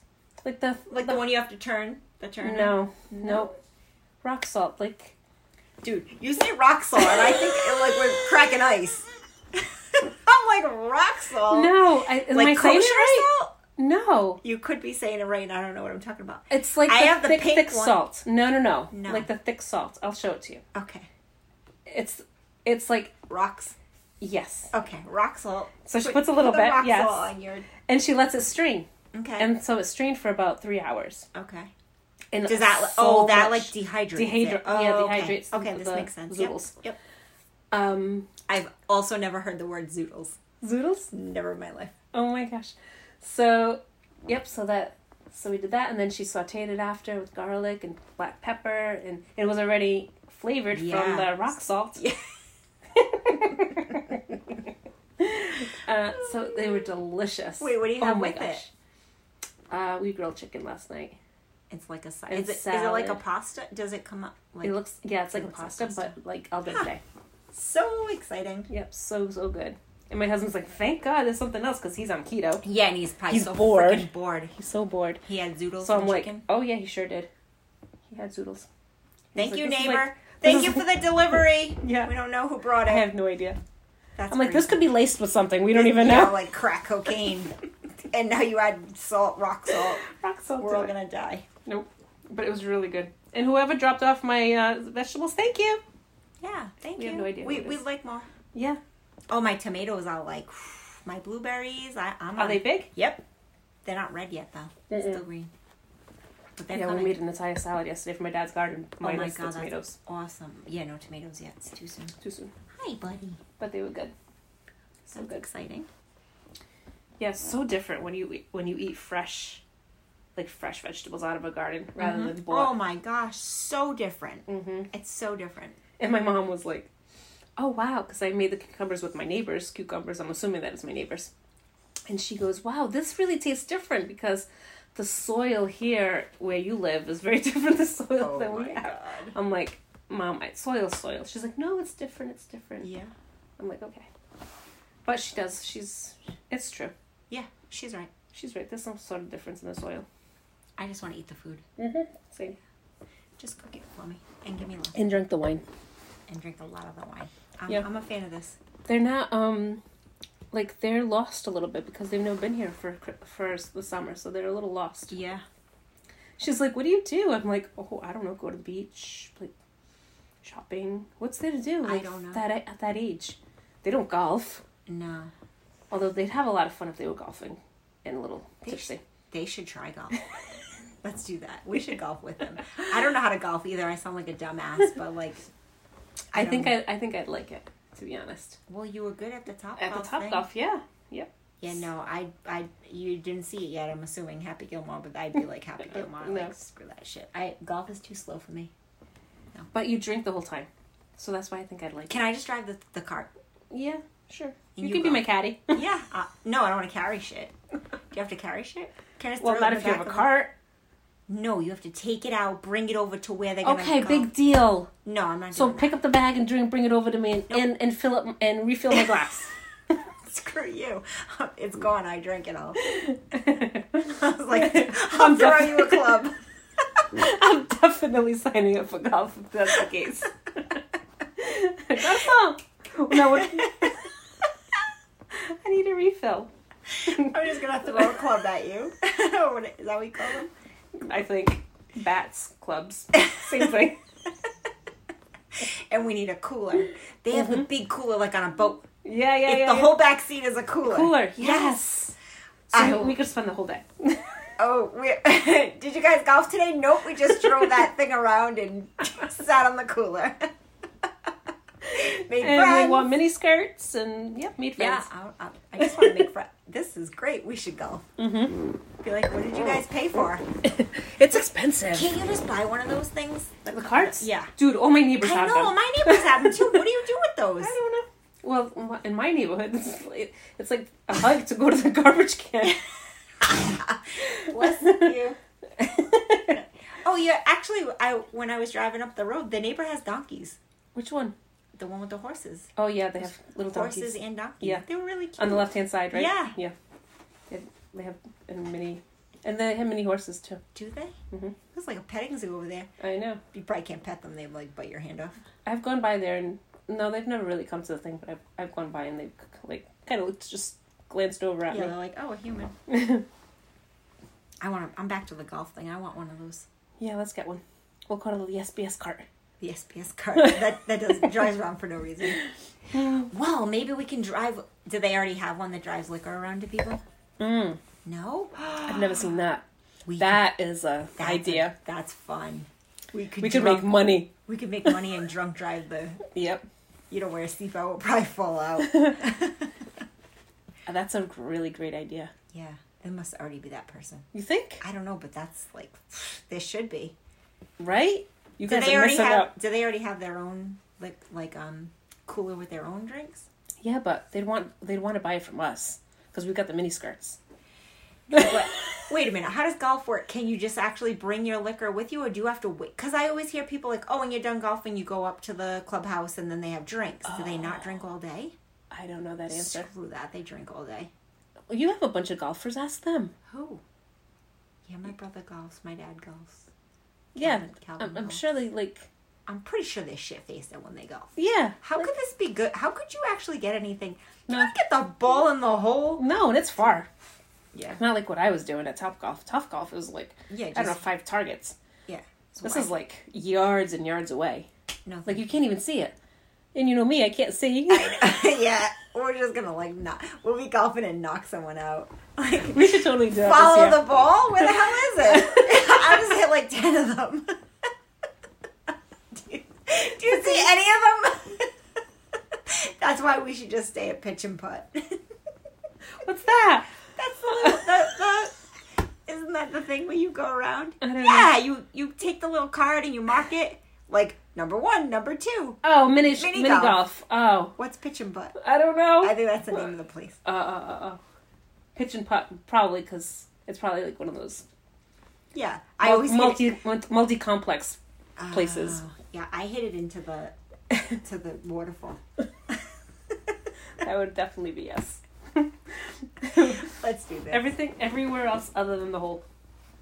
Speaker 1: Like the.
Speaker 2: like the one you have to turn. The turn.
Speaker 1: No, no. Rock salt. Like.
Speaker 2: Dude, you say rock salt, and I think it, like we're cracking ice. I'm like rock salt.
Speaker 1: No, I, am
Speaker 2: like
Speaker 1: I
Speaker 2: kosher
Speaker 1: saying it right?
Speaker 2: salt.
Speaker 1: No.
Speaker 2: You could be saying it right, and I don't know what I'm talking about.
Speaker 1: It's like
Speaker 2: I
Speaker 1: the
Speaker 2: have the
Speaker 1: thick,
Speaker 2: pink
Speaker 1: thick
Speaker 2: one.
Speaker 1: salt. No, no, no,
Speaker 2: No.
Speaker 1: Like the thick salt. I'll show it to you.
Speaker 2: Okay,
Speaker 1: It's, it's like
Speaker 2: rocks.
Speaker 1: yes.
Speaker 2: Okay, rock salt.
Speaker 1: So she
Speaker 2: Put-
Speaker 1: puts a little
Speaker 2: put the
Speaker 1: bit,
Speaker 2: Rock
Speaker 1: yes.
Speaker 2: salt on your.
Speaker 1: And she lets it strain,
Speaker 2: Okay.
Speaker 1: and so it strained for about three hours.
Speaker 2: okay.
Speaker 1: And
Speaker 2: Does that?
Speaker 1: so
Speaker 2: oh, that like
Speaker 1: much-
Speaker 2: dehydrates.
Speaker 1: Dehydra-
Speaker 2: it. Oh,
Speaker 1: yeah,
Speaker 2: okay.
Speaker 1: dehydrates the-
Speaker 2: Okay, this
Speaker 1: the
Speaker 2: makes sense. Yep.
Speaker 1: zoodles.
Speaker 2: Yep.
Speaker 1: um
Speaker 2: I've also never heard the word zoodles.
Speaker 1: zoodles?
Speaker 2: Never in my life.
Speaker 1: Oh my gosh. So, yep, so that so we did that and then she sauteed it after with garlic and black pepper and it was already flavored from
Speaker 2: Yeah.
Speaker 1: the rock salt.
Speaker 2: Yeah.
Speaker 1: uh, so they were delicious. Oh
Speaker 2: Wait, what do you have with
Speaker 1: Uh, we grilled chicken last night.
Speaker 2: It's like a side.
Speaker 1: And
Speaker 2: Is it, is it like a
Speaker 1: salad.
Speaker 2: pasta? Does it come up like
Speaker 1: it looks yeah, it's
Speaker 2: it
Speaker 1: like a
Speaker 2: looks like
Speaker 1: pasta,
Speaker 2: pasta.
Speaker 1: but like al dente.
Speaker 2: Huh. so exciting?
Speaker 1: Yep, so so good. And my husband's like, "Thank God, there's something else because he's on keto.
Speaker 2: Yeah, and he's probably
Speaker 1: He's
Speaker 2: so
Speaker 1: bored.
Speaker 2: freaking bored.
Speaker 1: He's so bored."
Speaker 2: He had zoodles
Speaker 1: So I'm
Speaker 2: and
Speaker 1: like,
Speaker 2: chicken.
Speaker 1: "Oh yeah, he sure did. He had zoodles."
Speaker 2: Thank
Speaker 1: like,
Speaker 2: you,
Speaker 1: this is
Speaker 2: neighbor.
Speaker 1: like-
Speaker 2: Thank you for the delivery.
Speaker 1: Yeah.
Speaker 2: We don't know who brought
Speaker 1: I
Speaker 2: it.
Speaker 1: have no idea.
Speaker 2: That's
Speaker 1: I'm like,
Speaker 2: crazy.
Speaker 1: this could be laced with something. We don't even
Speaker 2: Yeah,
Speaker 1: know.
Speaker 2: like crack cocaine. and now you add salt, rock salt.
Speaker 1: Rock salt
Speaker 2: We're
Speaker 1: to
Speaker 2: all
Speaker 1: it.
Speaker 2: gonna die.
Speaker 1: Nope. But it was really good. And whoever dropped off my uh, vegetables, thank you.
Speaker 2: Yeah, thank
Speaker 1: We
Speaker 2: you.
Speaker 1: have no idea
Speaker 2: we
Speaker 1: what it
Speaker 2: we'd
Speaker 1: is.
Speaker 2: like more.
Speaker 1: Yeah.
Speaker 2: Oh, my tomatoes are like my blueberries. I, I'm
Speaker 1: Are
Speaker 2: on-
Speaker 1: they big?
Speaker 2: Yep. They're not red yet though.
Speaker 1: Mm-mm.
Speaker 2: Still green. But they're
Speaker 1: Yeah, we
Speaker 2: coming.
Speaker 1: made an entire salad yesterday from my dad's garden.
Speaker 2: oh my
Speaker 1: Minus
Speaker 2: god,
Speaker 1: the
Speaker 2: that's
Speaker 1: tomatoes.
Speaker 2: awesome. Yeah, no tomatoes yet. It's too soon.
Speaker 1: Too soon.
Speaker 2: Hi, buddy.
Speaker 1: But they were good. So
Speaker 2: Sounds
Speaker 1: good.
Speaker 2: exciting.
Speaker 1: Yeah, it's so different when you eat, when you eat fresh, like fresh vegetables out of a garden rather
Speaker 2: Mhm.
Speaker 1: than
Speaker 2: Oh
Speaker 1: bought.
Speaker 2: my gosh, so different.
Speaker 1: hmm
Speaker 2: It's so different.
Speaker 1: And my mom was like, "Oh wow," because I made the cucumbers with my neighbors. Cucumbers, I'm assuming that is my neighbors. And she goes, "Wow, this really tastes different because the soil here where you live is very different the soil
Speaker 2: Oh
Speaker 1: than we
Speaker 2: my
Speaker 1: have."
Speaker 2: god.
Speaker 1: I'm like, "Mom, I, soil, soil." She's like, "No, it's different. It's different."
Speaker 2: Yeah.
Speaker 1: I'm like, "Okay," but she does. She's it's true.
Speaker 2: Yeah, she's right.
Speaker 1: She's right. There's some sort of difference in the soil.
Speaker 2: I just want to eat the food.
Speaker 1: Mm-hmm. Same.
Speaker 2: Just cook it for me and give me lots
Speaker 1: And drank the wine.
Speaker 2: and drink a lot of the wine. I'm,
Speaker 1: Yeah.
Speaker 2: I'm a fan of this.
Speaker 1: they're not um like they're lost a little bit because they've never been here for cri- for the summer so they're a little lost
Speaker 2: Yeah.
Speaker 1: she's like what do you do i'm like oh i don't know go to the beach like shopping what's there to do
Speaker 2: I
Speaker 1: like,
Speaker 2: don't know.
Speaker 1: that at that age they don't golf
Speaker 2: No,
Speaker 1: although they'd have a lot of fun if they were golfing and a little
Speaker 2: They
Speaker 1: tipsy
Speaker 2: they should try golf. Let's do that. We should golf with them. I don't know how to golf either. I sound like a dumbass, but like,
Speaker 1: i, think
Speaker 2: don't-
Speaker 1: I, I think i'd like it to be honest
Speaker 2: well, you were good at the top.
Speaker 1: at the
Speaker 2: golf
Speaker 1: top
Speaker 2: thing.
Speaker 1: golf yeah yep
Speaker 2: Yeah, no, I, I, you didn't see it yet. I'm assuming Happy Gilmore, but I'd be like Happy Gilmore.
Speaker 1: No.
Speaker 2: Like, screw that shit. I golf is too slow for me.
Speaker 1: but you drink the whole time so that's why i think i'd like it
Speaker 2: Can I just drive the the cart?
Speaker 1: yeah sure you,
Speaker 2: You
Speaker 1: can be
Speaker 2: go.
Speaker 1: my caddy
Speaker 2: yeah. Uh, no, I don't want to carry shit. Do you have to carry shit? Can I just
Speaker 1: well
Speaker 2: throw
Speaker 1: not
Speaker 2: it in
Speaker 1: if
Speaker 2: the
Speaker 1: you have
Speaker 2: back
Speaker 1: a
Speaker 2: of
Speaker 1: cart
Speaker 2: the- No, you have to take it out, bring it over to where they're gonna.
Speaker 1: Okay,
Speaker 2: go.
Speaker 1: big deal.
Speaker 2: No, I'm not.
Speaker 1: So
Speaker 2: doing
Speaker 1: pick up the bag and drink, bring it over to me, and, and, and fill up and refill my glass.
Speaker 2: that. Screw you. It's gone. I drank it all. I
Speaker 1: I
Speaker 2: was like, I'll throw you a club.
Speaker 1: I'm definitely signing up for golf if that's the case. That's all. No, what- I need a refill.
Speaker 2: I'm just gonna throw a club at you. What- Is that what you call them?
Speaker 1: I think bats, clubs, same thing.
Speaker 2: And we need a cooler. They have the big cooler like on a boat.
Speaker 1: Mm-hmm. Yeah, yeah,
Speaker 2: If
Speaker 1: yeah.
Speaker 2: the
Speaker 1: yeah.
Speaker 2: whole back seat is a cooler.
Speaker 1: cooler. Yes. So
Speaker 2: I-
Speaker 1: we could spend the whole day.
Speaker 2: Oh, we did you guys golf today? Nope, we just drove that thing around and sat on the cooler. Made
Speaker 1: and we
Speaker 2: friends.
Speaker 1: wore mini skirts and yep, made
Speaker 2: yeah,
Speaker 1: friends.
Speaker 2: I, I, I just want to make friends. This is great. We should golf. Mm-hmm. Be like, what did you guys pay for?
Speaker 1: It's expensive.
Speaker 2: Can't you just buy one of those things?
Speaker 1: The carts?
Speaker 2: Yeah.
Speaker 1: Dude, all my neighbors
Speaker 2: I
Speaker 1: have
Speaker 2: know
Speaker 1: them.
Speaker 2: my neighbors have them too. What do you do with those?
Speaker 1: I don't know. Well, in my- in my neighborhood, it's like, it's like a hug to go to the garbage can.
Speaker 2: Bless you. Oh yeah, actually, I when I was driving up the road, the neighbor has donkeys.
Speaker 1: Which one?
Speaker 2: The one with the horses,
Speaker 1: Oh yeah, they have little donkeys
Speaker 2: horses and donkeys.
Speaker 1: Yeah.
Speaker 2: they were really cute.
Speaker 1: on the left hand side, right?
Speaker 2: Yeah.
Speaker 1: yeah. They have, they have and mini, and they have mini horses too.
Speaker 2: Do they?
Speaker 1: Mhm.
Speaker 2: There's like a petting zoo over there.
Speaker 1: I know.
Speaker 2: You probably can't pet them; they like bite your hand off.
Speaker 1: I've gone by there, and no, they've never really come to the thing, but I've I've gone by and they've like kind of looked just glanced over at
Speaker 2: Yeah,
Speaker 1: me.
Speaker 2: they're like, oh, a human. I want. To, I'm back to the golf thing. I want one of those.
Speaker 1: Yeah, let's get one. We'll call it the SBS cart.
Speaker 2: The SPS car that that does drives around for no reason. Well, maybe we can drive. Do they already have one that drives liquor around to people?
Speaker 1: Mm,
Speaker 2: No.
Speaker 1: I've never seen that.
Speaker 2: We
Speaker 1: That is a
Speaker 2: that's
Speaker 1: idea.
Speaker 2: a- that's fun. We could
Speaker 1: we could
Speaker 2: drunk-
Speaker 1: make money.
Speaker 2: we could make money and drunk drive the.
Speaker 1: Yep.
Speaker 2: You don't wear a seatbelt, we'll probably fall out.
Speaker 1: That's a really great idea.
Speaker 2: yeah, there must already be that person.
Speaker 1: You think?
Speaker 2: I don't know, but that's like there should be.
Speaker 1: Right? You
Speaker 2: Do
Speaker 1: guys
Speaker 2: they
Speaker 1: are
Speaker 2: already
Speaker 1: messing
Speaker 2: have?
Speaker 1: up.
Speaker 2: Do they already have their own like like um cooler with their own drinks?
Speaker 1: Yeah, but they'd want they'd want to buy it from us because we've got the mini skirts.
Speaker 2: But wait a minute, how does golf work? Can you just actually bring your liquor with you, or do you have to wait? Because I always hear people like, oh, when you're done golfing, you go up to the clubhouse and then they have drinks. Do they not drink all day?
Speaker 1: I don't know that answer.
Speaker 2: Screw that, they drink all day.
Speaker 1: You have a bunch of golfers. Ask them.
Speaker 2: Who? Yeah, my brother golfs. My dad golfs.
Speaker 1: Yeah,
Speaker 2: Calvin- Calvin
Speaker 1: I'm, I'm
Speaker 2: golfs.
Speaker 1: sure they like
Speaker 2: I'm pretty sure they're shit faced at when they go.
Speaker 1: Yeah.
Speaker 2: How could this be good? How could you actually get anything? Can
Speaker 1: No.
Speaker 2: I get the ball in the hole?
Speaker 1: No, and it's far.
Speaker 2: Yeah.
Speaker 1: Not like what I was doing at Top Golf. Top Golf it was like
Speaker 2: Yeah,
Speaker 1: I don't know
Speaker 2: just-
Speaker 1: five targets.
Speaker 2: Yeah. So
Speaker 1: This
Speaker 2: I-
Speaker 1: is like yards and yards away.
Speaker 2: no.
Speaker 1: Like you can't even see it. And you know me, I can't see.
Speaker 2: yeah, we're just gonna like not. We'll be golfing and knock someone out. Like
Speaker 1: we should totally do it.
Speaker 2: follow
Speaker 1: this year.
Speaker 2: the ball. Where the hell is it? I just hit like ten of them. do, you, do you see any of them? That's why we should just stay at pitch and putt. That's
Speaker 1: What's that?
Speaker 2: the, little, the, the isn't that the thing where you go around?
Speaker 1: I don't know.
Speaker 2: Yeah, you you take the little card and you mark it like number one, number two.
Speaker 1: Oh, mini
Speaker 2: Mini
Speaker 1: mini,
Speaker 2: golf.
Speaker 1: golf. Oh,
Speaker 2: What's pitch and putt?
Speaker 1: I don't know.
Speaker 2: I think that's the name of the place.
Speaker 1: uh, uh, uh, uh. pitch and putt probably because it's probably like one of those
Speaker 2: Yeah, I always get it-
Speaker 1: multi multi complex places.
Speaker 2: Oh, yeah, I hit it into the to the waterfall.
Speaker 1: That would definitely be yes.
Speaker 2: Let's do this.
Speaker 1: Everything everywhere else other than the hole.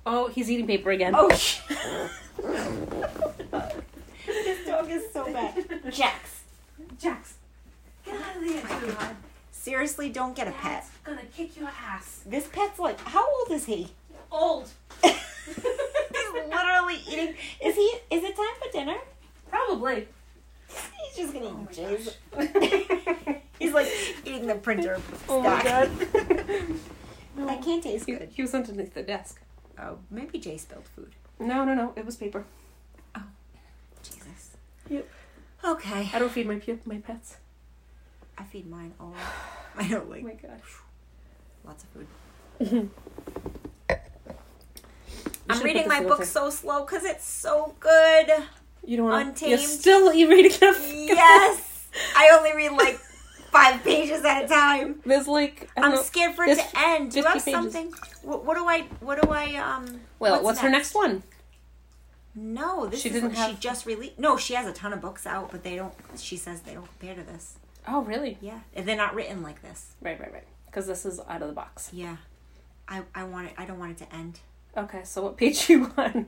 Speaker 1: Oh, he's eating paper again.
Speaker 2: oh, sh- this dog is so bad. Jax,
Speaker 1: Jax, get out of there, dude.
Speaker 2: seriously, don't get a pet.
Speaker 1: gonna kick your ass.
Speaker 2: This pet's like, how old is he?
Speaker 1: Old,
Speaker 2: He's literally eating. Is he? Is it time for dinner?
Speaker 1: probably.
Speaker 2: He's just gonna eat jizz.
Speaker 1: oh
Speaker 2: He's like eating the printer.
Speaker 1: my
Speaker 2: stack.
Speaker 1: god.
Speaker 2: That can't taste
Speaker 1: He,
Speaker 2: good.
Speaker 1: he was underneath the desk.
Speaker 2: Oh, maybe Jay spilled food.
Speaker 1: No, no, no. It was paper.
Speaker 2: Jesus.
Speaker 1: Yep.
Speaker 2: Okay.
Speaker 1: I don't feed my pu- my pets.
Speaker 2: I feed mine all. I don't
Speaker 1: Oh
Speaker 2: like
Speaker 1: my god.
Speaker 2: lots of food.
Speaker 1: We
Speaker 2: I'm
Speaker 1: should
Speaker 2: reading
Speaker 1: put
Speaker 2: my
Speaker 1: this
Speaker 2: book
Speaker 1: little
Speaker 2: so slow because it's so good.
Speaker 1: thing- You don't want You're
Speaker 2: Untamed.
Speaker 1: still you reading a fucking book.
Speaker 2: Yes, I only read like five pages at a time.
Speaker 1: There's like I don't
Speaker 2: I'm
Speaker 1: know.
Speaker 2: scared for it to
Speaker 1: This-
Speaker 2: end. Do you have
Speaker 1: 50 pages.
Speaker 2: something? What, what do I? What do I? Um.
Speaker 1: Well, what's, her next one?
Speaker 2: No, this
Speaker 1: She
Speaker 2: is
Speaker 1: didn't
Speaker 2: what she
Speaker 1: have-
Speaker 2: just released. No, she has a ton of books out, but they don't. She says they don't compare to this.
Speaker 1: Oh, really?
Speaker 2: Yeah, they're not written like this.
Speaker 1: Right, right, right. Because this is out of the box.
Speaker 2: Yeah, I I want it. I don't want it to end.
Speaker 1: Okay, so what page you on?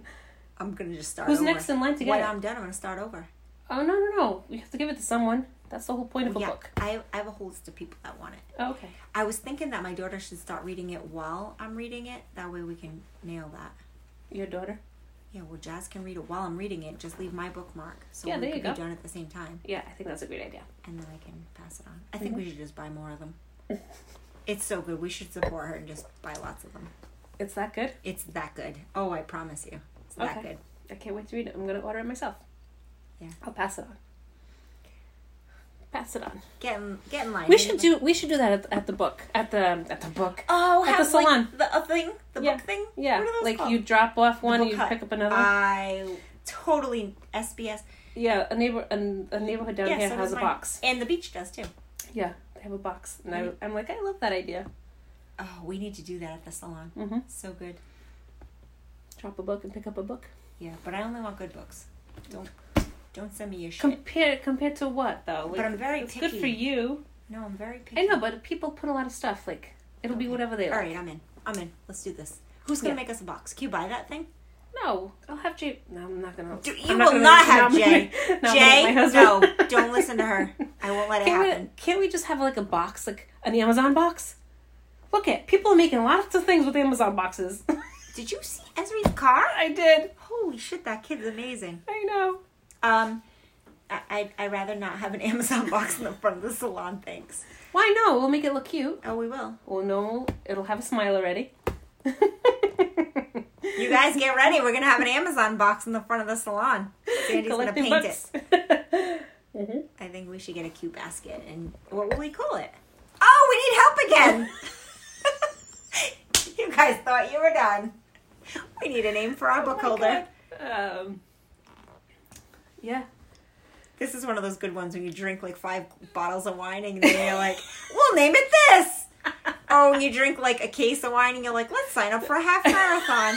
Speaker 2: I'm gonna just start.
Speaker 1: Who's
Speaker 2: over.
Speaker 1: next in line to
Speaker 2: When
Speaker 1: get it?
Speaker 2: I'm done, I'm gonna start over.
Speaker 1: Oh no, no, no! We have to give it to someone. That's the whole point of a
Speaker 2: yeah,
Speaker 1: book.
Speaker 2: I I have a whole list of people that want it.
Speaker 1: Oh, okay.
Speaker 2: I was thinking that my daughter should start reading it while I'm reading it. That way we can nail that.
Speaker 1: Your daughter?
Speaker 2: Yeah, well, Jazz can read it while I'm reading it. Just leave my bookmark so
Speaker 1: Yeah,
Speaker 2: we
Speaker 1: there
Speaker 2: could
Speaker 1: you
Speaker 2: be
Speaker 1: go.
Speaker 2: done at the same time,
Speaker 1: Yeah, I think that's a great idea.
Speaker 2: and then I can pass it on. I
Speaker 1: Mm-hmm.
Speaker 2: think we should just buy more of them. it's so good. We should support her and just buy lots of them.
Speaker 1: It's that good.
Speaker 2: It's that good. Oh, I promise you, it's that
Speaker 1: Okay.
Speaker 2: good.
Speaker 1: I can't wait to read it. I'm gonna order it myself.
Speaker 2: Yeah.
Speaker 1: I'll pass it on. Pass it on.
Speaker 2: Get in, get in line.
Speaker 1: We should do. We should do that at, at the book. At the at the book.
Speaker 2: Oh,
Speaker 1: at the
Speaker 2: have, like,
Speaker 1: salon.
Speaker 2: the a thing, the
Speaker 1: Yeah.
Speaker 2: book thing.
Speaker 1: Yeah,
Speaker 2: What are those
Speaker 1: like
Speaker 2: called?
Speaker 1: you drop off one,
Speaker 2: book Ah.
Speaker 1: you
Speaker 2: hut.
Speaker 1: pick up another. one.
Speaker 2: I totally SBS.
Speaker 1: Yeah, a neighbor, a, a neighborhood down
Speaker 2: Yeah,
Speaker 1: here
Speaker 2: so does
Speaker 1: has a
Speaker 2: mine.
Speaker 1: box.
Speaker 2: And the beach does too.
Speaker 1: Yeah, they have a box, and I,
Speaker 2: Mhm.
Speaker 1: I'm like, I love that idea.
Speaker 2: Oh, we need to do that at the salon.
Speaker 1: hmm
Speaker 2: So good.
Speaker 1: Drop a book and pick up a book.
Speaker 2: Yeah, but I only want good books. Don't don't send me your shit.
Speaker 1: Compare compared to what though?
Speaker 2: but I'm very
Speaker 1: it's
Speaker 2: picky.
Speaker 1: good for you.
Speaker 2: No, I'm very picky.
Speaker 1: I know, but people put a lot of stuff. Like it'll be
Speaker 2: Okay.
Speaker 1: whatever they
Speaker 2: All
Speaker 1: like.
Speaker 2: right, I'm in. I'm in. Let's do this. Who's gonna
Speaker 1: Yeah.
Speaker 2: make us a box? Can you buy that thing?
Speaker 1: No, I'll have Jay. No, I'm not gonna.
Speaker 2: Do-
Speaker 1: I'm
Speaker 2: you will
Speaker 1: gonna-
Speaker 2: not have
Speaker 1: no, I'm
Speaker 2: Jay.
Speaker 1: gonna- no, I'm gonna
Speaker 2: Jay,
Speaker 1: let my husband-
Speaker 2: no, don't listen to her. I won't let it
Speaker 1: Can't we,
Speaker 2: happen.
Speaker 1: can't we just have like a box, like an Amazon box? Look at people are making lots of things with Amazon boxes.
Speaker 2: Did you see Ezri's car?
Speaker 1: I did.
Speaker 2: Holy shit, that kid's amazing.
Speaker 1: I know.
Speaker 2: Um, I I'd, I'd rather not have an Amazon box in the front of the salon. Thanks.
Speaker 1: Why no? We'll make it look cute.
Speaker 2: Oh, we will.
Speaker 1: Well, no, it'll have a smile already.
Speaker 2: You guys get ready. We're gonna have an Amazon box in the front of the salon. Sandy's gonna
Speaker 1: Collecting
Speaker 2: paint Mm-hmm.
Speaker 1: books.
Speaker 2: it. I think we should get a cute basket and what will we call it? Oh, we need help again. you guys thought you were done. We need a name for
Speaker 1: Oh
Speaker 2: our book holder.
Speaker 1: Um, yeah.
Speaker 2: This is one of those good ones when you drink like five bottles of wine and then you're like, we'll name it this. Oh, and you drink like a case of wine and you're like, let's sign up for a half marathon.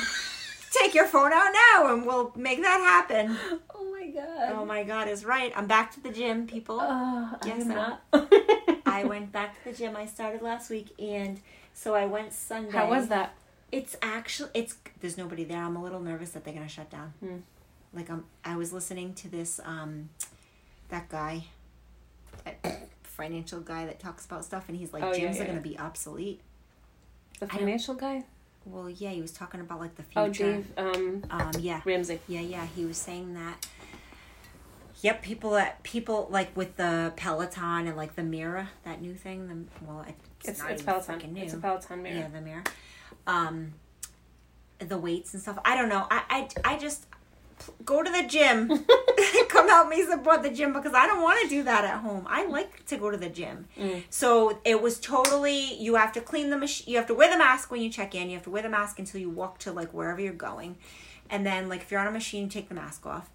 Speaker 2: Take your phone out now and we'll make that happen.
Speaker 1: Oh my god.
Speaker 2: Oh my god, is right. I'm back to the gym, people.
Speaker 1: Uh,
Speaker 2: Yes,
Speaker 1: I'm
Speaker 2: I-
Speaker 1: not.
Speaker 2: I went back to the gym. I started last week and so I went Sunday.
Speaker 1: How was that?
Speaker 2: It's actually it's there's nobody there. I'm a little nervous that they're gonna shut down.
Speaker 1: Hmm.
Speaker 2: Like um, I was listening to this um, that guy, that financial guy that talks about stuff, and he's like,
Speaker 1: Oh,
Speaker 2: gyms
Speaker 1: yeah,
Speaker 2: are
Speaker 1: yeah,
Speaker 2: gonna
Speaker 1: yeah.
Speaker 2: be obsolete.
Speaker 1: The
Speaker 2: don't-
Speaker 1: financial guy?
Speaker 2: Well, yeah, he was talking about like the
Speaker 1: Oh,
Speaker 2: future.
Speaker 1: Dave um,
Speaker 2: Um, yeah,
Speaker 1: Ramsey.
Speaker 2: yeah, yeah. He was saying that. Yep, people at people like with the Peloton and like the Mira, that new thing. The, well, it's,
Speaker 1: It's,
Speaker 2: not
Speaker 1: it's
Speaker 2: even
Speaker 1: Peloton.
Speaker 2: freaking new.
Speaker 1: It's a Peloton mirror.
Speaker 2: Yeah, the mirror. Um, the weights and stuff. I don't know. I I, I just pl- go to the gym. Come help me support the gym because I don't want to do that at home. I like to go to the gym.
Speaker 1: Mm.
Speaker 2: So it was totally you have to clean the machine. You have to wear the mask when you check in. You have to wear the mask until you walk to like wherever you're going, and then like if you're on a machine, take the mask off.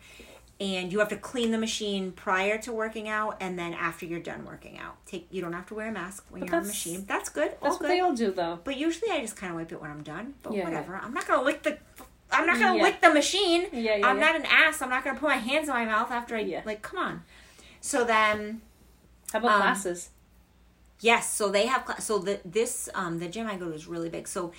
Speaker 2: And you have to clean the machine prior to working out, and then after you're done working out, take you don't have to wear a mask when
Speaker 1: But
Speaker 2: you're on a
Speaker 1: that's-
Speaker 2: machine. That's good.
Speaker 1: That's
Speaker 2: all
Speaker 1: what
Speaker 2: good.
Speaker 1: they all do, though.
Speaker 2: But usually I just kind of wipe it when I'm done. But
Speaker 1: Yeah, yeah.
Speaker 2: whatever. I'm not gonna lick the. I'm not gonna
Speaker 1: Yeah.
Speaker 2: lick the machine.
Speaker 1: Yeah, yeah,
Speaker 2: I'm
Speaker 1: yeah.
Speaker 2: not an ass. I'm not gonna put my hands in my mouth after I
Speaker 1: Yeah.
Speaker 2: like. Come on. So then,
Speaker 1: How about
Speaker 2: Um,
Speaker 1: classes?
Speaker 2: yes. So they have. Cl- so the this um the gym I go to is really big. So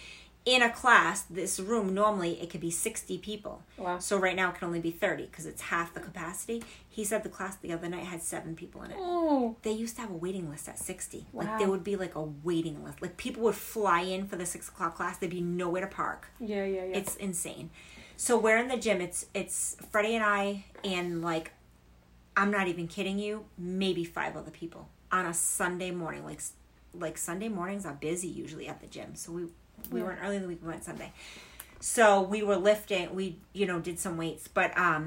Speaker 2: in a class, this room normally it could be sixty people.
Speaker 1: Wow.
Speaker 2: So right now it can only be thirty because it's half the capacity. He said the class the other night had seven people in it
Speaker 1: Oh,
Speaker 2: they used to have a waiting list at 60 like there
Speaker 1: Wow.
Speaker 2: would be like a waiting list like people would fly in for the six o'clock class there'd be nowhere to park
Speaker 1: yeah, yeah, yeah.
Speaker 2: it's insane so we're in the gym it's it's freddie and i and like i'm not even kidding you maybe five other people on a sunday morning like s- like sunday mornings are busy usually at the gym so we we
Speaker 1: Yeah.
Speaker 2: weren't early in the week we went sunday so we were lifting we you know did some weights but um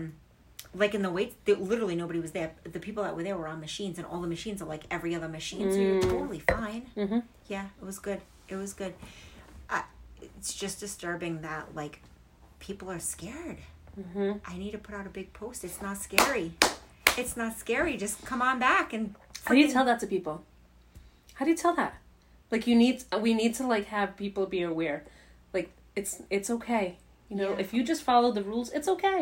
Speaker 2: like in the weights there, literally nobody was there the people that were there were on machines and all the machines are like every other machine so you're totally fine
Speaker 1: Mhm.
Speaker 2: yeah it was good it was good I, it's just disturbing that like people are scared
Speaker 1: Mhm.
Speaker 2: i need to put out a big post it's not scary it's not scary just come on back and
Speaker 1: How do you
Speaker 2: freaking-
Speaker 1: tell that to people? How do you tell that? Like you need we need to like have people be aware. Like it's it's okay. You know,
Speaker 2: Yeah.
Speaker 1: if you just follow the rules, it's okay.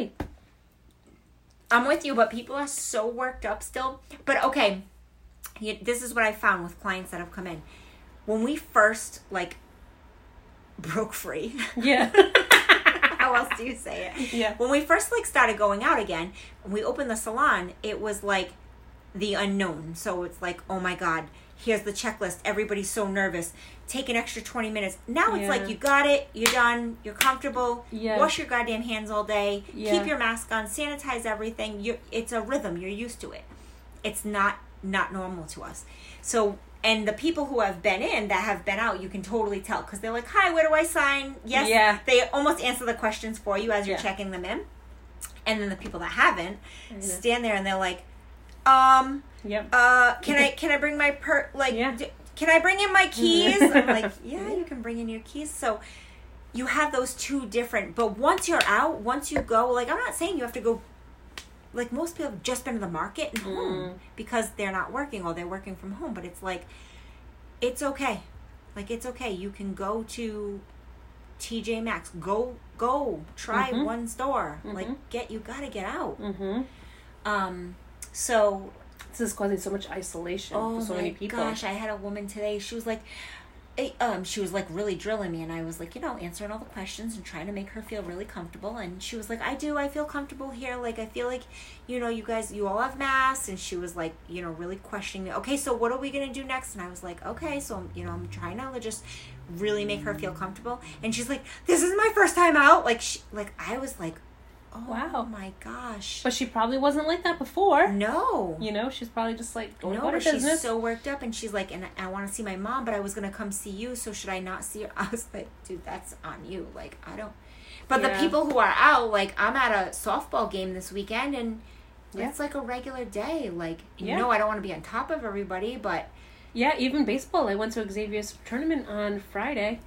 Speaker 2: I'm with you, but people are so worked up still. But okay, you, this is what I found with clients that have come in. When we first like broke free,
Speaker 1: Yeah.
Speaker 2: how else do you say it?
Speaker 1: yeah.
Speaker 2: When we first like started going out again, when we opened the salon, it was like the unknown. So it's like, oh my god, here's the checklist. Everybody's so nervous. Take an extra 20 minutes. Now it's
Speaker 1: Yeah.
Speaker 2: like you got it, you're done, you're comfortable.
Speaker 1: Yeah.
Speaker 2: Wash your goddamn hands all day.
Speaker 1: Yeah.
Speaker 2: Keep your mask on. Sanitize everything. You it's a rhythm. You're used to it. It's not not normal to us. So and the people who have been in that have been out, you can totally tell because they're like, "Hi, where do I sign?" Yes,
Speaker 1: Yeah.
Speaker 2: they almost answer the questions for you as you're
Speaker 1: Yeah. Mm-hmm.
Speaker 2: checking them in. And then the people that haven't
Speaker 1: know.
Speaker 2: stand there and they're like, um,
Speaker 1: Yep.
Speaker 2: uh, can I can I bring my per like
Speaker 1: Yeah. Mm.
Speaker 2: d- can I bring in my keys? I'm like, yeah, you can bring in your keys. So you have those two different. But once you're out, once you go, like I'm not saying you have to go. Like most people have just been to the market and home
Speaker 1: Mm.
Speaker 2: because they're not working or they're working from home. But it's like, it's okay. Like it's okay. You can go to TJ Maxx. Go go try
Speaker 1: Mhm.
Speaker 2: one store.
Speaker 1: Mhm.
Speaker 2: Like get you gotta get out.
Speaker 1: Mm-hmm.
Speaker 2: Um. So
Speaker 1: This is causing so much isolation
Speaker 2: Oh
Speaker 1: for so
Speaker 2: my
Speaker 1: many people.
Speaker 2: gosh, I had a woman today. She was like, eh, um, she was like really drilling me, and I was like, you know, answering all the questions and trying to make her feel really comfortable. And she was like, I do, I feel comfortable here. Like, I feel like, you know, you guys, you all have masks. And she was like, you know, really questioning me. Okay, so what are we gonna do next? And I was like, okay, so I'm, you know, I'm trying to just really make her feel comfortable. And she's like, this is my first time out. Like, she, like I was like, oh
Speaker 1: Wow.
Speaker 2: my gosh,
Speaker 1: But she probably wasn't like that before.
Speaker 2: no,
Speaker 1: You know, she's probably just like going
Speaker 2: no,
Speaker 1: about her
Speaker 2: but she's
Speaker 1: business.
Speaker 2: so worked up, and she's like, and I want to see my mom, but I was gonna come see you, so should I not see her? I was like, dude, that's on you. Like, I don't. But
Speaker 1: Yeah.
Speaker 2: the people who are out, like, I'm at a softball game this weekend, and
Speaker 1: Yeah.
Speaker 2: it's like a regular day. Like,
Speaker 1: Yeah.
Speaker 2: you know, I don't want to be on top of everybody, but
Speaker 1: Yeah, even baseball. I went to Xavier's tournament on Friday,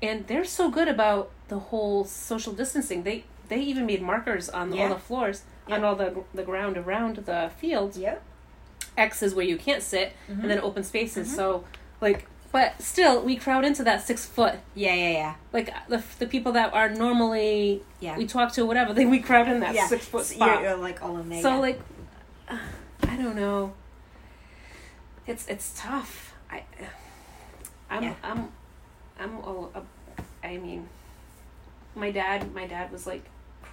Speaker 1: and they're so good about the whole social distancing. They they even made markers on all
Speaker 2: Yeah.
Speaker 1: the floors, on
Speaker 2: Yeah.
Speaker 1: all the the ground around the field.
Speaker 2: yep,
Speaker 1: X is where you can't sit, and
Speaker 2: Mm-hmm.
Speaker 1: then open spaces. So, like, but still, we crowd into that six foot.
Speaker 2: yeah, yeah, yeah,
Speaker 1: Like the the people that are normally
Speaker 2: yeah.
Speaker 1: we talk to, whatever, then we crowd in that
Speaker 2: yeah.
Speaker 1: six foot
Speaker 2: So
Speaker 1: spot.
Speaker 2: You're, you're like all in there.
Speaker 1: So
Speaker 2: yeah.
Speaker 1: like, uh, I don't know. It's it's tough. I, I'm
Speaker 2: Yeah.
Speaker 1: I'm, I'm all. I mean, my dad. My dad was like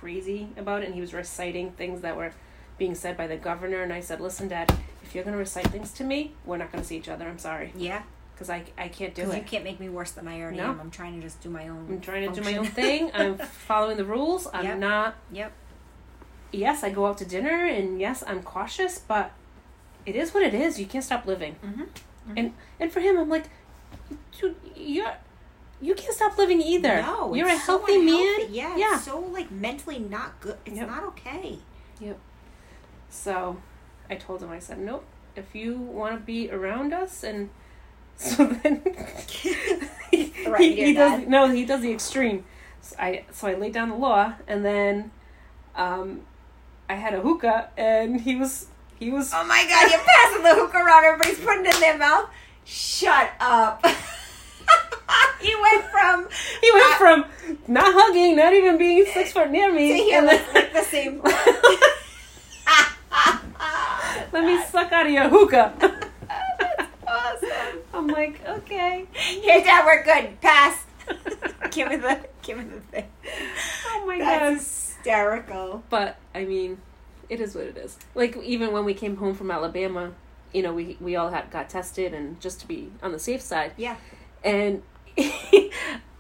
Speaker 1: crazy about it, and he was reciting things that were being said by the governor. And I said, "Listen, Dad, if you're gonna recite things to me, we're not gonna see each other. I'm sorry,
Speaker 2: Yeah,
Speaker 1: because I I can't do
Speaker 2: because
Speaker 1: it.
Speaker 2: you can't make me worse than I already
Speaker 1: No.
Speaker 2: am. I'm trying to just do my own.
Speaker 1: I'm trying to do my
Speaker 2: function.
Speaker 1: own thing. I'm following the rules. I'm
Speaker 2: Yep.
Speaker 1: not.
Speaker 2: Yep.
Speaker 1: Yes, I go out to dinner, and yes, I'm cautious, but it is what it is. You can't stop living.
Speaker 2: Mm-hmm.
Speaker 1: And for him, I'm like, dude, you're." You can't stop living either.
Speaker 2: No,
Speaker 1: you're
Speaker 2: it's
Speaker 1: a
Speaker 2: so
Speaker 1: healthy man.
Speaker 2: unhealthy. Yeah, it's
Speaker 1: Yeah.
Speaker 2: so like mentally not good. It's
Speaker 1: Yep.
Speaker 2: not okay.
Speaker 1: So I told him, I said, nope, if you want to be around us, and so then he,
Speaker 2: Right,
Speaker 1: he
Speaker 2: you're
Speaker 1: does,
Speaker 2: dead.
Speaker 1: no, he does the extreme. So I, so I laid down the law, and then um, I had a hookah, and he was, he was,
Speaker 2: Oh my god, you're passing the hookah around. Everybody's putting it in their mouth. Shut up. he went from
Speaker 1: he went
Speaker 2: I-
Speaker 1: from not hugging, not even being six foot near
Speaker 2: to
Speaker 1: me,
Speaker 2: here
Speaker 1: and
Speaker 2: like,
Speaker 1: then,
Speaker 2: like the same.
Speaker 1: let me suck out of your hookah.
Speaker 2: awesome.
Speaker 1: I'm like, okay.
Speaker 2: Here, Dad, we're good. Pass. give me the give me the thing.
Speaker 1: Oh my
Speaker 2: That's
Speaker 1: god.
Speaker 2: hysterical.
Speaker 1: But I mean, it is what it is. Like even when we came home from Alabama, you know, we we all had got tested and just to be on the safe side.
Speaker 2: Yeah.
Speaker 1: And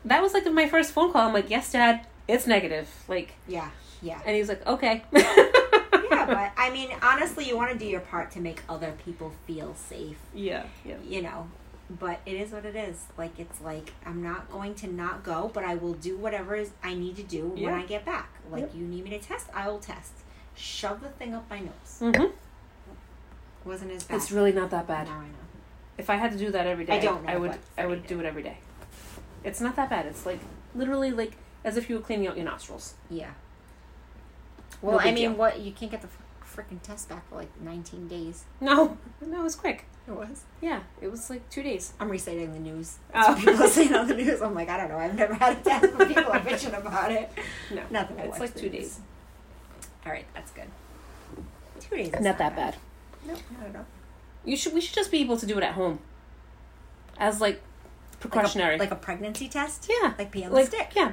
Speaker 1: that was like my first phone call. I'm like, "Yes, Dad, it's negative." Like,
Speaker 2: Yeah. Yeah.
Speaker 1: and he's like, "Okay."
Speaker 2: Yeah, but I mean, honestly, you want to do your part to make other people feel safe.
Speaker 1: yeah, yeah,
Speaker 2: you know but it is what it is like it's like i'm not going to not go but i will do whatever is i need to do when
Speaker 1: Yeah.
Speaker 2: i get back like
Speaker 1: Yep.
Speaker 2: you need me to test i will test shove the thing up my nose
Speaker 1: hmm
Speaker 2: wasn't as bad
Speaker 1: It's really not that bad.
Speaker 2: now i know
Speaker 1: If I had to do that every day,
Speaker 2: I don't know,
Speaker 1: I would
Speaker 2: but
Speaker 1: I would do it every day. It's not that bad. It's like literally like as if you were cleaning out your nostrils.
Speaker 2: yeah
Speaker 1: No
Speaker 2: well i
Speaker 1: big
Speaker 2: mean
Speaker 1: deal.
Speaker 2: what you can't get the freaking test back for like 19 days
Speaker 1: No, no, it was quick.
Speaker 2: it was
Speaker 1: Yeah, it was like two days.
Speaker 2: i'm reciting the news
Speaker 1: Oh.
Speaker 2: oh. people are saying on the news i'm like i don't know i've never had a test but people are bitching about it
Speaker 1: No,
Speaker 2: not that I
Speaker 1: it's
Speaker 2: watch
Speaker 1: like
Speaker 2: the
Speaker 1: two
Speaker 2: news.
Speaker 1: days.
Speaker 2: all right that's good two days is
Speaker 1: Not that bad.
Speaker 2: no not at all
Speaker 1: You should. We should just be able to do it at home. As like precautionary.
Speaker 2: like a, like a pregnancy test
Speaker 1: yeah.
Speaker 2: like pee on the
Speaker 1: Like,
Speaker 2: stick
Speaker 1: Yeah.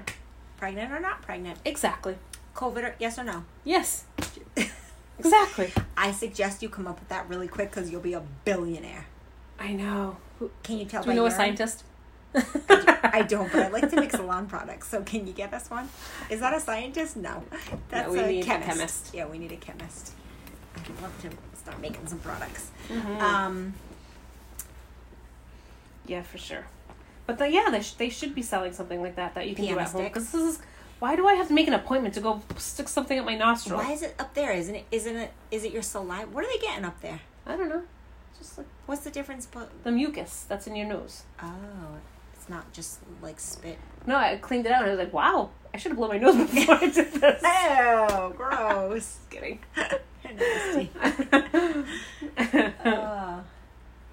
Speaker 2: pregnant or not pregnant
Speaker 1: Exactly.
Speaker 2: covid or yes or no
Speaker 1: Yes. Exactly.
Speaker 2: i suggest you come up with that really quick because you'll be a billionaire
Speaker 1: I know. Who,
Speaker 2: can you tell
Speaker 1: do we
Speaker 2: by
Speaker 1: know a
Speaker 2: urine?
Speaker 1: scientist?
Speaker 2: i don't but i like to make salon products so can you get us one is that a scientist no that's
Speaker 1: we
Speaker 2: a,
Speaker 1: need a
Speaker 2: chemist.
Speaker 1: chemist.
Speaker 2: yeah we need a chemist i'd love to start making some products
Speaker 1: Mhm.
Speaker 2: um
Speaker 1: yeah, for sure. But the, yeah, they sh- they should be selling something like that that you can
Speaker 2: Pee
Speaker 1: do
Speaker 2: on
Speaker 1: at
Speaker 2: a
Speaker 1: home.
Speaker 2: stick.
Speaker 1: Because this is why do I have to make an appointment to go stick something at my nostril?
Speaker 2: why is it up there isn't it isn't it is it your saliva what are they getting up there
Speaker 1: I don't know. Just like
Speaker 2: what's the difference but
Speaker 1: the mucus that's in your nose.
Speaker 2: oh it's not just like spit
Speaker 1: No, I cleaned it out and I was like, wow, I should have blown my nose before I did this.
Speaker 2: oh gross
Speaker 1: kidding.
Speaker 2: Nasty.
Speaker 1: Took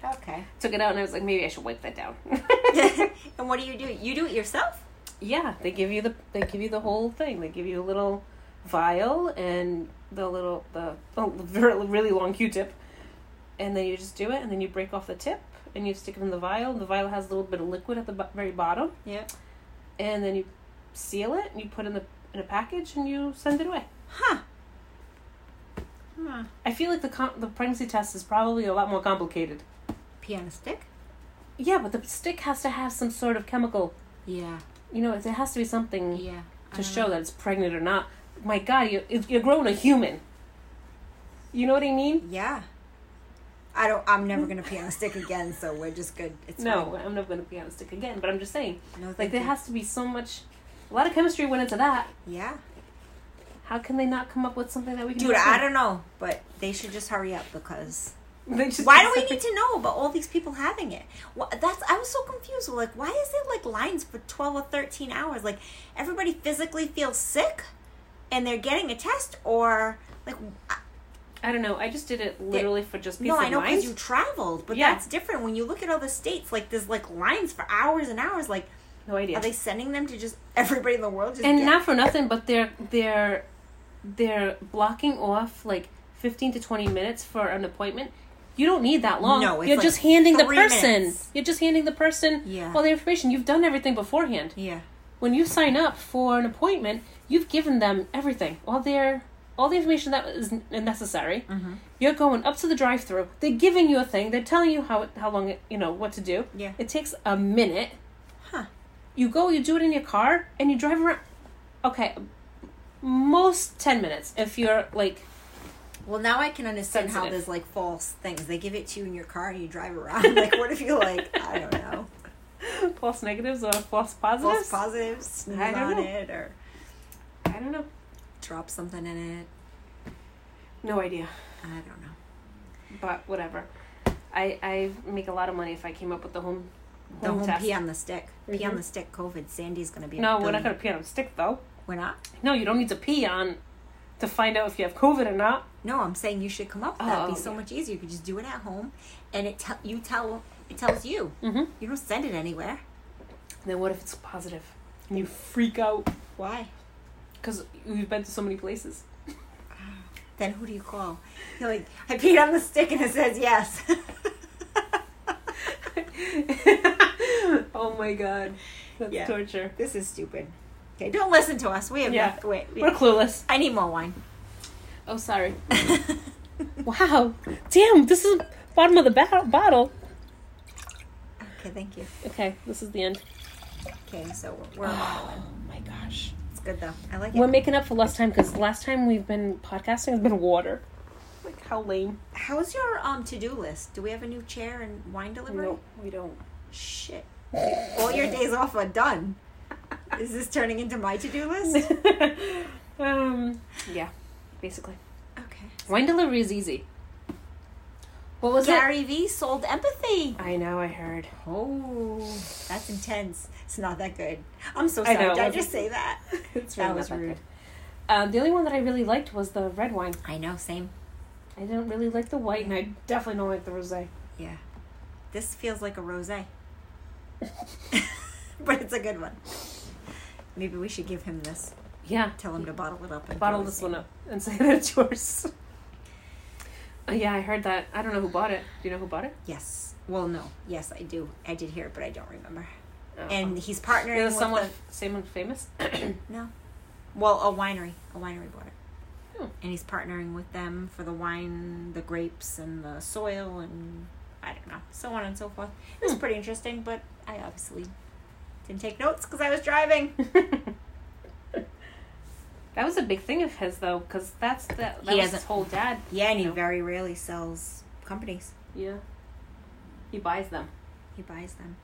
Speaker 2: Oh, okay.
Speaker 1: it out and I was like, maybe I should wipe that down.
Speaker 2: and what do you do? You do it yourself?
Speaker 1: yeah, they give you the they give you the whole thing. They give you a little vial and the little the, oh, the very- really long Q-tip, and then you just do it, and then you break off the tip and you stick it in the vial. The vial has a little bit of liquid at the bo- very bottom,
Speaker 2: Yeah.
Speaker 1: and then you seal it and you put it in the in a package and you send it away.
Speaker 2: Huh. Hmm.
Speaker 1: I feel like the com- the pregnancy test is probably a lot more complicated.
Speaker 2: Pee on a stick?
Speaker 1: Yeah, but the stick has to have some sort of chemical.
Speaker 2: Yeah.
Speaker 1: You know, it it has to be something
Speaker 2: Yeah.
Speaker 1: to show that it's pregnant or not. My God, you're, you're growing a human. You know what I mean?
Speaker 2: Yeah. I don't. I'm never gonna pee on a stick again. So we're just good. It's
Speaker 1: No, I'm not going to be on a stick again, but I'm just saying,
Speaker 2: fine. No.
Speaker 1: like,
Speaker 2: thank
Speaker 1: there
Speaker 2: you.
Speaker 1: has to be so much. A lot of chemistry went into that.
Speaker 2: Yeah.
Speaker 1: How can they not come up with something that we can
Speaker 2: Dude,
Speaker 1: do?
Speaker 2: I don't know, but they should just hurry up because
Speaker 1: don't. They just
Speaker 2: why do we need to know about all these people having it? Wha that's I was so confused. Like, why is it like lines for twelve or thirteen hours? Like, everybody physically feels sick, and they're getting a test, or like, I-
Speaker 1: I don't know. I just did it literally for just peace
Speaker 2: no,
Speaker 1: of
Speaker 2: I know
Speaker 1: mind.
Speaker 2: because you traveled, but
Speaker 1: Yeah.
Speaker 2: that's different. When you look at all the states, like there's like lines for hours and hours. Like,
Speaker 1: no idea.
Speaker 2: are they sending them to just everybody in the world? Just
Speaker 1: and
Speaker 2: get-
Speaker 1: not for nothing, but they're they're they're blocking off like fifteen to twenty minutes for an appointment. You don't need that long.
Speaker 2: No, it's
Speaker 1: you're
Speaker 2: like
Speaker 1: just handing the
Speaker 2: three
Speaker 1: person.
Speaker 2: minutes.
Speaker 1: You're just handing the person
Speaker 2: Yeah.
Speaker 1: all the information. You've done everything beforehand.
Speaker 2: yeah,
Speaker 1: when you sign up for an appointment, you've given them everything, all their all the information that is n- necessary.
Speaker 2: Mm-hmm.
Speaker 1: You're going up to the drive-through. They're giving you a thing. They're telling you how it- how long it, you know what to do.
Speaker 2: Yeah.
Speaker 1: It takes a minute.
Speaker 2: Huh.
Speaker 1: You go, you do it in your car, and you drive around. Okay, most ten minutes if you're like
Speaker 2: Well, now I can understand how
Speaker 1: Sensitive.
Speaker 2: there's like false things. They give it to you in your car and you drive around. like, what if you like, I don't know,
Speaker 1: false negatives or false
Speaker 2: false
Speaker 1: positives.
Speaker 2: positives, sneeze
Speaker 1: I don't
Speaker 2: on
Speaker 1: know.
Speaker 2: it or
Speaker 1: I don't know.
Speaker 2: drop something in it.
Speaker 1: No idea.
Speaker 2: I don't know.
Speaker 1: But whatever. I I make a lot of money if I came up with the home
Speaker 2: The
Speaker 1: home
Speaker 2: home
Speaker 1: test.
Speaker 2: pee on the stick. Pee on
Speaker 1: Mhm.
Speaker 2: the stick. COVID. Sandy's gonna be. a
Speaker 1: No, we're not
Speaker 2: billion-
Speaker 1: gonna pee on a stick though.
Speaker 2: We're not.
Speaker 1: No, you don't need to pee on to find out if you have COVID or not.
Speaker 2: No, I'm saying you should come up with that. It'd
Speaker 1: Oh,
Speaker 2: be so
Speaker 1: yeah.
Speaker 2: much easier. You could just do it at home, and it tell you tell it tells you.
Speaker 1: Mhm.
Speaker 2: You don't send it anywhere.
Speaker 1: Then what if it's positive and you freak out
Speaker 2: Why?
Speaker 1: because you've been to so many places?
Speaker 2: Then who do you call? You're like, I peed on the stick, and it says yes.
Speaker 1: oh my god, that's
Speaker 2: Yeah.
Speaker 1: torture.
Speaker 2: this is stupid. Okay, don't listen to us. We have
Speaker 1: Yeah.
Speaker 2: nothing. Wait, we-
Speaker 1: We're clueless.
Speaker 2: I need more wine.
Speaker 1: Oh, sorry.
Speaker 2: okay,
Speaker 1: Wow, damn, this is bottom of the ba- bottle.
Speaker 2: thank you.
Speaker 1: Okay, this is the end.
Speaker 2: Okay, so we're on that one.
Speaker 1: Oh my gosh.
Speaker 2: It's good though. I like it.
Speaker 1: We're making up for lost time because last time we've been podcasting has been water. Like how lame.
Speaker 2: How's your um to do list? Do we have a new chair and wine delivery?
Speaker 1: we don't.
Speaker 2: Shit. All your days off are done. Is this turning into my to do list?
Speaker 1: um, yeah, basically.
Speaker 2: Okay.
Speaker 1: Wine delivery is easy. What was that?
Speaker 2: Gary Vee sold empathy.
Speaker 1: I know, I heard.
Speaker 2: Oh, that's intense. It's not that good. I'm so
Speaker 1: I
Speaker 2: sorry.
Speaker 1: know,
Speaker 2: Did I
Speaker 1: wasn't-
Speaker 2: just say that?
Speaker 1: It's
Speaker 2: That was rude.
Speaker 1: Um, the only one that I really liked was the red wine.
Speaker 2: I know. Same.
Speaker 1: I didn't really like the white, and I definitely don't like the rosé.
Speaker 2: Yeah. This feels like a rosé, but it's a good one. Maybe we should give him this.
Speaker 1: Yeah,
Speaker 2: Tell him to bottle it up. And
Speaker 1: bottle
Speaker 2: throw
Speaker 1: this
Speaker 2: it in.
Speaker 1: one up and say that it's yours. Uh, yeah, I heard that. I don't know who bought it. Do you know who bought it?
Speaker 2: Yes. Well, no. Yes, I do. I did hear it, but I don't remember.
Speaker 1: Oh.
Speaker 2: And he's partnering
Speaker 1: It
Speaker 2: with
Speaker 1: was someone,
Speaker 2: the-
Speaker 1: someone famous.
Speaker 2: No. Well, a winery. A winery bought it.
Speaker 1: Hmm.
Speaker 2: And he's partnering with them for the wine, the grapes, and the soil, and I don't know, so on and so forth. It was
Speaker 1: Hmm.
Speaker 2: pretty interesting, but I obviously didn't take notes because I was driving.
Speaker 1: that was a big thing of his though, because that's the, that was
Speaker 2: He
Speaker 1: his
Speaker 2: doesn't-
Speaker 1: whole dad.
Speaker 2: Yeah, and he
Speaker 1: No.
Speaker 2: very rarely sells companies,
Speaker 1: Yeah, he buys them.
Speaker 2: he buys them.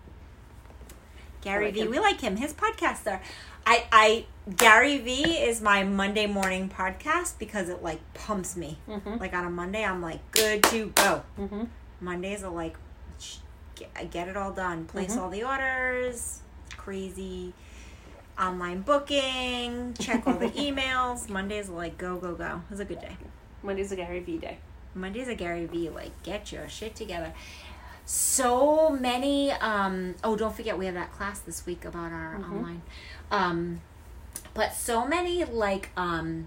Speaker 2: Gary
Speaker 1: like
Speaker 2: Vee,
Speaker 1: him.
Speaker 2: we like him. His podcasts are. I, I Gary Vee is my Monday morning podcast because it like pumps me.
Speaker 1: Mm-hmm.
Speaker 2: Like on a Monday, I'm like good to go.
Speaker 1: Mm-hmm.
Speaker 2: Mondays are like sh- get, get it all done, place
Speaker 1: Mhm.
Speaker 2: all the orders, crazy online booking, check all the emails. Mondays are like go go go. It was a good day.
Speaker 1: Monday's a Gary Vee day.
Speaker 2: Mondays are Gary Vee like get your shit together. So many. Um, oh, don't forget we have that class this week about our
Speaker 1: Mhm.
Speaker 2: online. Um, but so many like um,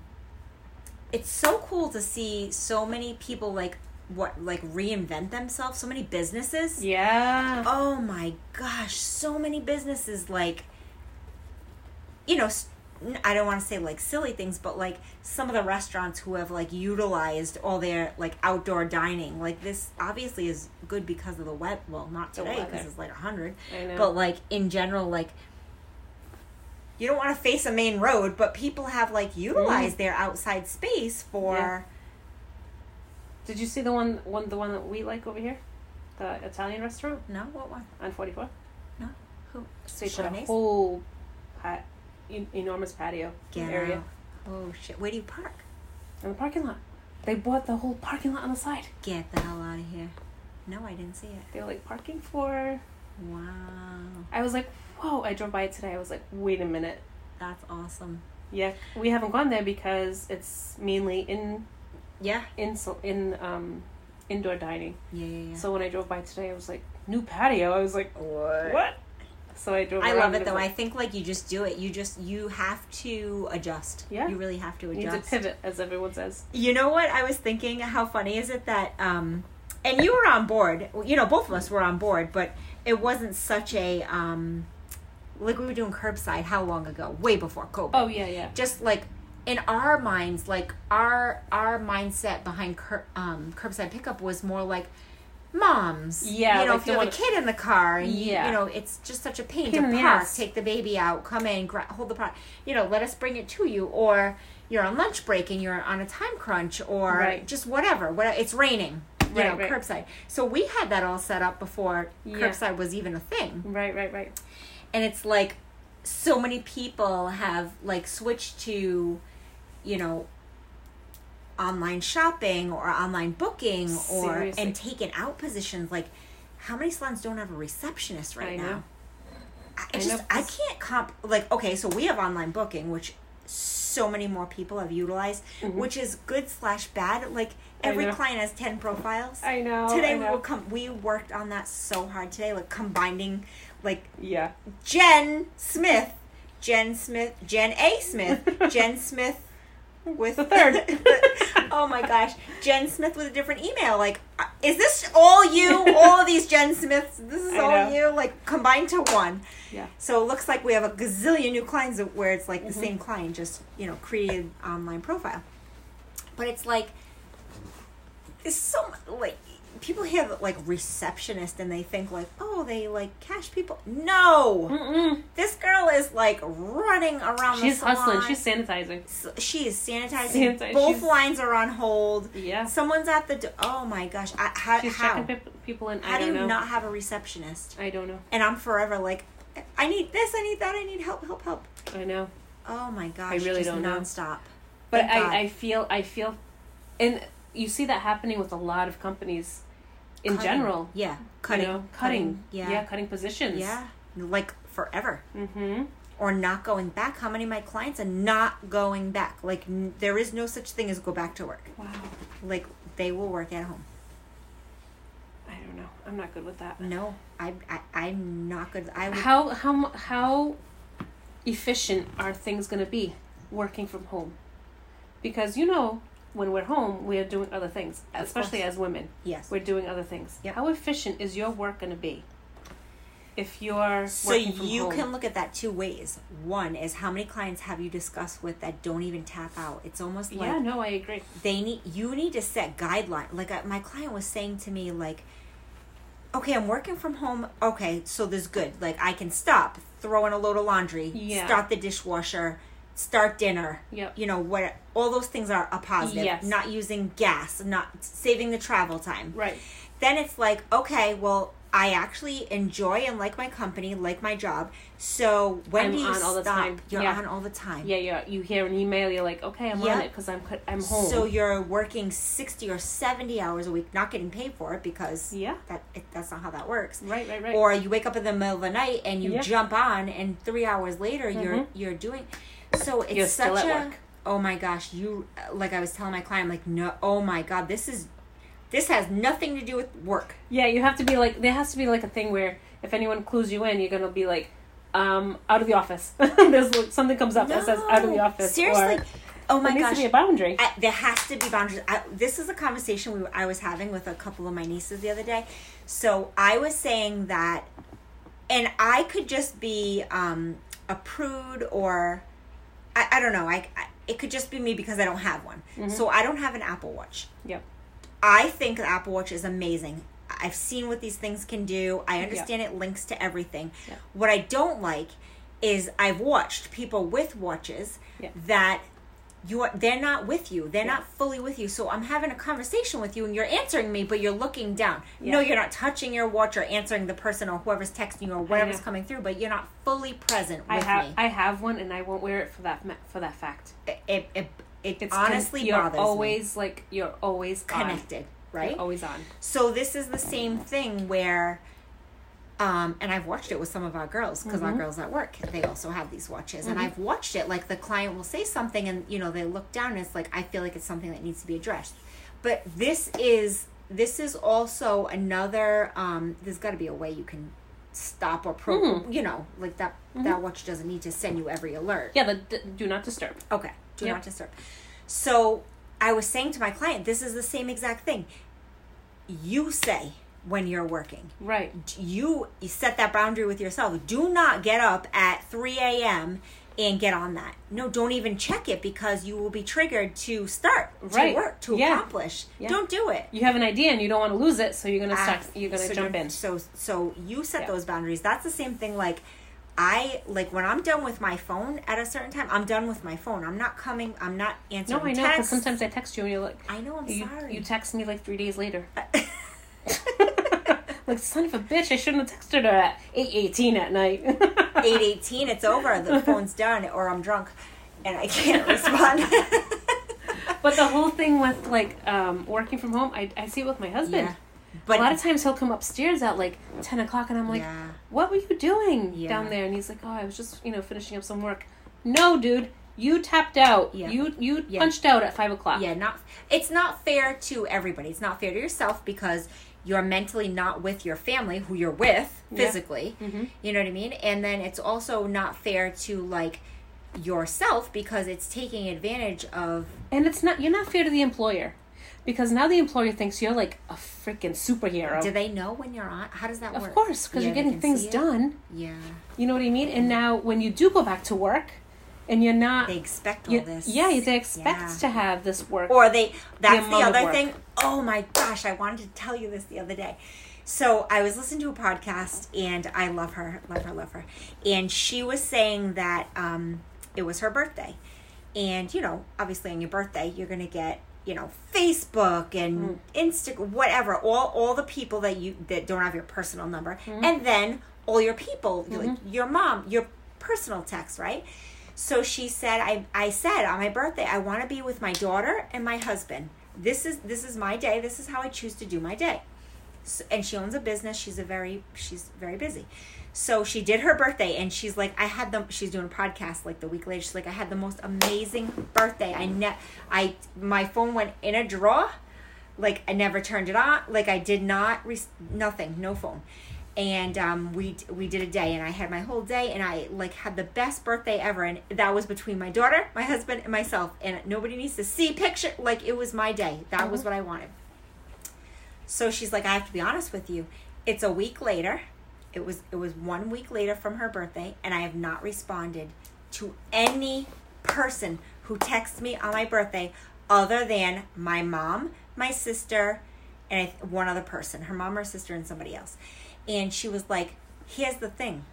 Speaker 2: it's so cool to see so many people like what like reinvent themselves. So many businesses.
Speaker 1: Yeah.
Speaker 2: Oh my gosh, so many businesses like you know, s- n- I don't want to say like silly things, but like some of the restaurants who have like utilized all their like outdoor dining. Like this obviously is good because of the wet, well, not
Speaker 1: The
Speaker 2: today because
Speaker 1: weather.
Speaker 2: it's like 100,
Speaker 1: I know.
Speaker 2: but like in general like you don't want to face a main road, but people have like utilized their outside space for
Speaker 1: Mm. Yeah. Did you see the one, one, the one that we like over here, the Italian restaurant
Speaker 2: no, what one?
Speaker 1: on Forty Four?
Speaker 2: Who?
Speaker 1: They put a
Speaker 2: Chardonnays?
Speaker 1: whole pat, en- enormous patio
Speaker 2: Get
Speaker 1: area
Speaker 2: out. Oh shit. Where do you park?
Speaker 1: in the parking lot. They bought the whole parking lot on the side.
Speaker 2: Get the hell out of here. No, I didn't see it.
Speaker 1: They were like parking for.
Speaker 2: Wow.
Speaker 1: I was like, whoa! I drove by it today. I was like, wait a minute.
Speaker 2: That's awesome.
Speaker 1: Yeah, we haven't gone there because it's mainly in
Speaker 2: Yeah.
Speaker 1: in in um indoor dining.
Speaker 2: Yeah, yeah, yeah.
Speaker 1: So when I drove by today, I was like, new patio. I was like,
Speaker 2: what?
Speaker 1: what? So I drove.
Speaker 2: I
Speaker 1: around
Speaker 2: love
Speaker 1: and
Speaker 2: it though. I
Speaker 1: was
Speaker 2: think like you just do it. You just you have to adjust.
Speaker 1: Yeah.
Speaker 2: You really have to
Speaker 1: like, need to
Speaker 2: adjust.
Speaker 1: pivot, as everyone says.
Speaker 2: You know what I was thinking? How funny is it that um and you were on board. You know, both of us were on board, but it wasn't such a um like we were doing curbside how long ago? Way before COVID.
Speaker 1: Oh yeah, yeah.
Speaker 2: Just like in our minds, like our our mindset behind cur- um, curbside pickup was more like moms.
Speaker 1: Yeah,
Speaker 2: you know,
Speaker 1: like
Speaker 2: if
Speaker 1: the
Speaker 2: you have a
Speaker 1: one-
Speaker 2: kid in the car, and you-
Speaker 1: Yeah.
Speaker 2: you know, it's just such a pain,
Speaker 1: Pain in
Speaker 2: to
Speaker 1: the
Speaker 2: park,
Speaker 1: ass.
Speaker 2: take the baby out, come in, gra- hold the pot, you know, let us bring it to you, or you're on lunch break and you're on a time crunch, or
Speaker 1: Right.
Speaker 2: just whatever. What it's raining. You
Speaker 1: Right,
Speaker 2: know,
Speaker 1: right.
Speaker 2: curbside. So we had that all set up before
Speaker 1: Yeah.
Speaker 2: curbside was even a thing
Speaker 1: Right, right, right.
Speaker 2: and it's like so many people have like switched to you know online shopping or online booking or
Speaker 1: Seriously.
Speaker 2: and taken out positions like how many salons don't have a receptionist right
Speaker 1: I
Speaker 2: now
Speaker 1: know.
Speaker 2: i
Speaker 1: I
Speaker 2: I just
Speaker 1: know,
Speaker 2: i
Speaker 1: 'cause-
Speaker 2: can't comp like okay so we have online booking which so many more people have utilized
Speaker 1: Mm-hmm.
Speaker 2: which is good slash bad like
Speaker 1: I
Speaker 2: every
Speaker 1: know.
Speaker 2: client has 10 profiles
Speaker 1: I know.
Speaker 2: today
Speaker 1: I
Speaker 2: we
Speaker 1: know.
Speaker 2: will come we worked on that so hard today like combining like
Speaker 1: Yeah.
Speaker 2: Jen Smith, Jen Smith, Jen A. Smith, Jen Smith with
Speaker 1: The third.
Speaker 2: oh my gosh, Jen Smith with a different email. Like, uh, is this all you? All these Jen Smiths? This is
Speaker 1: I
Speaker 2: all
Speaker 1: know.
Speaker 2: you? Like combined to one.
Speaker 1: Yeah. Mm-hmm.
Speaker 2: So it looks like we have a gazillion new clients that- where it's like the same client just you know created online profile, but it's like it's so mu- like people hear that like receptionist and they think like oh they like cash people. No,
Speaker 1: Mm-mm.
Speaker 2: this girl is like running around.
Speaker 1: She's
Speaker 2: the salon.
Speaker 1: hustling. She's sanitizing.
Speaker 2: S- she is sanitizing.
Speaker 1: Sanitize-
Speaker 2: Both
Speaker 1: she's-
Speaker 2: lines are on hold.
Speaker 1: Yeah.
Speaker 2: Someone's at the do- oh my gosh. I, how
Speaker 1: She's
Speaker 2: how,
Speaker 1: checking peop people in. I
Speaker 2: how do
Speaker 1: don't
Speaker 2: you
Speaker 1: know.
Speaker 2: not have a receptionist?
Speaker 1: I don't know.
Speaker 2: and I'm forever like, I need this, I need that, I need help, help, help.
Speaker 1: I know.
Speaker 2: Oh my gosh,
Speaker 1: I really
Speaker 2: just
Speaker 1: don't know.
Speaker 2: nonstop.
Speaker 1: But
Speaker 2: Thank God.
Speaker 1: I, I feel I feel, and you see that happening with a lot of companies, in
Speaker 2: Cutting.
Speaker 1: general.
Speaker 2: yeah,
Speaker 1: You
Speaker 2: cutting,
Speaker 1: know, cutting.
Speaker 2: yeah,
Speaker 1: Yeah, cutting positions.
Speaker 2: yeah, like forever.
Speaker 1: Mm-hmm.
Speaker 2: Or not going back. How many of my clients are not going back? Like n- there is no such thing as go back to work.
Speaker 1: Wow.
Speaker 2: Like they will work at home.
Speaker 1: I don't know. I'm not good with that.
Speaker 2: No, I, I I'm not good. I would,
Speaker 1: How how mu- how efficient are things going to be working from home? Because you know, when we're home, we are doing other things,
Speaker 2: Of
Speaker 1: especially as women.
Speaker 2: yes.
Speaker 1: We're doing other things.
Speaker 2: Yep.
Speaker 1: How efficient is your work going to be? If you're
Speaker 2: So
Speaker 1: working from
Speaker 2: you
Speaker 1: home?
Speaker 2: can look at that two ways. One is how many clients have you discussed with that don't even tap out? It's almost like
Speaker 1: yeah, no, I agree.
Speaker 2: they need you need to set guideline like I, my client was saying to me like okay i'm working from home okay so this is good like i can stop throw in a load of laundry
Speaker 1: Yeah.
Speaker 2: start the dishwasher start dinner
Speaker 1: Yep.
Speaker 2: you know what all those things are a positive
Speaker 1: Yes.
Speaker 2: not using gas not saving the travel time
Speaker 1: Right.
Speaker 2: then it's like okay well i actually enjoy and like my company like my job so when
Speaker 1: I'm
Speaker 2: do you
Speaker 1: on
Speaker 2: stop
Speaker 1: all the time.
Speaker 2: you're
Speaker 1: Yeah.
Speaker 2: on all the time
Speaker 1: Yeah, yeah. You hear an email, you're like, okay, I'm on
Speaker 2: Yeah.
Speaker 1: it because I'm cut- I'm home.
Speaker 2: So you're working 60 or 70 hours a week, not getting paid for it because
Speaker 1: yeah.
Speaker 2: that it, that's not how that works.
Speaker 1: Right, right, right.
Speaker 2: Or you wake up in the middle of the night and you
Speaker 1: Yeah.
Speaker 2: jump on and 3 hours later you're
Speaker 1: Mhm.
Speaker 2: you're doing so it's
Speaker 1: You're
Speaker 2: such
Speaker 1: still at
Speaker 2: a
Speaker 1: work.
Speaker 2: oh my gosh, you like I was telling my client I'm like no oh my god, this is this has nothing to do with work.
Speaker 1: Yeah, you have to be like there has to be like a thing where if anyone clues you in, you're gonna be like, um, out of the office. There's like, something comes up that says out of the
Speaker 2: No.
Speaker 1: office. or-
Speaker 2: Seriously. oh
Speaker 1: there
Speaker 2: my
Speaker 1: needs
Speaker 2: gosh.
Speaker 1: to be a boundary.
Speaker 2: I, there has to be boundaries. I, this is a conversation we, I was having with a couple of my nieces the other day. So I was saying that, and I could just be um, a prude or I, I don't know. I, I it could just be me because I don't have one.
Speaker 1: Mm-hmm.
Speaker 2: So I don't have an Apple Watch.
Speaker 1: yep.
Speaker 2: I think the Apple Watch is amazing. I've seen what these things can do. I understand it links to everything.
Speaker 1: Yeah.
Speaker 2: What I don't like is I've watched people with watches
Speaker 1: Yeah.
Speaker 2: that you are, they're not with you. They're
Speaker 1: Yeah.
Speaker 2: not fully with you. So I'm having a conversation with you and you're answering me, but you're looking down. No,
Speaker 1: Yeah.
Speaker 2: you're not touching your watch or answering the person or whoever's texting you or whatever's
Speaker 1: know.
Speaker 2: coming through, but you're not fully present
Speaker 1: I
Speaker 2: with
Speaker 1: have
Speaker 2: me.
Speaker 1: I have one and I won't wear it for that ma- for that fact.
Speaker 2: it it, it, it
Speaker 1: It's con-
Speaker 2: honestly
Speaker 1: you're
Speaker 2: bothers me.
Speaker 1: always like you're always
Speaker 2: Connected,
Speaker 1: on.
Speaker 2: right?
Speaker 1: You're always on.
Speaker 2: So this is the same thing where, um, and I've watched it with some of our girls because our girls at work they also have these watches, and I've watched it. Like the client will say something, and you know they look down, and it's like I feel like it's something that needs to be addressed. But this is this is also another. Um, there's got to be a way you can stop or pro. You know, like that that watch doesn't need to send you every alert.
Speaker 1: Yeah, the d- do not disturb.
Speaker 2: Okay. Do
Speaker 1: Yep.
Speaker 2: not disturb. So I was saying to my client, this is the same exact thing. You say, when you're working.
Speaker 1: Right.
Speaker 2: You, you set that boundary with yourself. Do not get up at 3 a.m. and get on that. No, don't even check it because you will be triggered to start,
Speaker 1: Right.
Speaker 2: to work, to
Speaker 1: Yeah.
Speaker 2: accomplish.
Speaker 1: Yeah.
Speaker 2: Don't do it.
Speaker 1: You have an idea and you don't want to lose it, so you're gonna
Speaker 2: Ah,
Speaker 1: suck, you're gonna
Speaker 2: so
Speaker 1: jump in.
Speaker 2: So so you set
Speaker 1: Yeah.
Speaker 2: those boundaries. That's the same thing like I like when I'm done with my phone at a certain time, I'm done with my phone. I'm not coming I'm not
Speaker 1: No,
Speaker 2: answering
Speaker 1: I know. Because
Speaker 2: texts.
Speaker 1: sometimes I text you and you're like,
Speaker 2: I know I'm
Speaker 1: you,
Speaker 2: sorry.
Speaker 1: you text me like three days later. like son of a bitch, I shouldn't have texted her at eight eighteen at night.
Speaker 2: Eight eighteen, it's over, the phone's done, or I'm drunk and I can't respond.
Speaker 1: But the whole thing with like um, working from home, I, I see it with my husband. a
Speaker 2: Yeah.
Speaker 1: lot of times he'll come upstairs at like ten o'clock, and I'm like,
Speaker 2: yeah.
Speaker 1: "What were you doing
Speaker 2: Yeah.
Speaker 1: down there?" And he's like, "Oh, I was just you know finishing up some work." No, dude, you tapped out.
Speaker 2: Yeah.
Speaker 1: You you
Speaker 2: Yeah.
Speaker 1: punched out at five o'clock.
Speaker 2: yeah not it's not fair to everybody it's not fair to yourself because you're mentally not with your family who you're with
Speaker 1: Yeah. Mm-hmm.
Speaker 2: physically you know what i mean and then it's also not fair to like yourself because it's taking advantage of
Speaker 1: And it's not you're not fair to the employer because now the employer thinks you're like a freaking superhero.
Speaker 2: do they know when you're on how does that
Speaker 1: of
Speaker 2: work
Speaker 1: course, because
Speaker 2: Yeah,
Speaker 1: you're
Speaker 2: they
Speaker 1: getting
Speaker 2: can
Speaker 1: things
Speaker 2: see it.
Speaker 1: done.
Speaker 2: yeah
Speaker 1: You know what I mean? And now when you do go back to work, and you're not,
Speaker 2: they expect all
Speaker 1: you-
Speaker 2: this
Speaker 1: yeah, they expect
Speaker 2: Yeah.
Speaker 1: to have this work.
Speaker 2: or they that's the,
Speaker 1: amount of
Speaker 2: other
Speaker 1: work.
Speaker 2: thing oh my gosh i wanted to tell you this the other day so i was listening to a podcast and i love her love her love her and she was saying that um it was her birthday and you know obviously on your birthday you're gonna get you know facebook and instagram whatever all all the people that you that don't have your personal number and then all your people like your mom your personal text right so she said, I, I said on my birthday, I want to be with my daughter and my husband. This is this is my day. This is how I choose to do my day. So, and she owns a business. She's a very she's very busy. So she did her birthday and she's like, I had the she's doing a podcast like the week later. She's like, I had the most amazing birthday. I ne- I my phone went in a drawer like I never turned it on. Like I did not re- nothing, no phone. And um, we we did a day, and I had my whole day, and I like had the best birthday ever, and that was between my daughter, my husband, and myself, and nobody needs to see picture. Like it was my day. That was what I wanted. So she's like, I have to be honest with you. It's a week later. It was it was one week later from her birthday, and I have not responded to any person who texts me on my birthday, other than my mom, my sister, and I th- one other person, her mom, her sister, and somebody else. And she was like, "Here's the thing.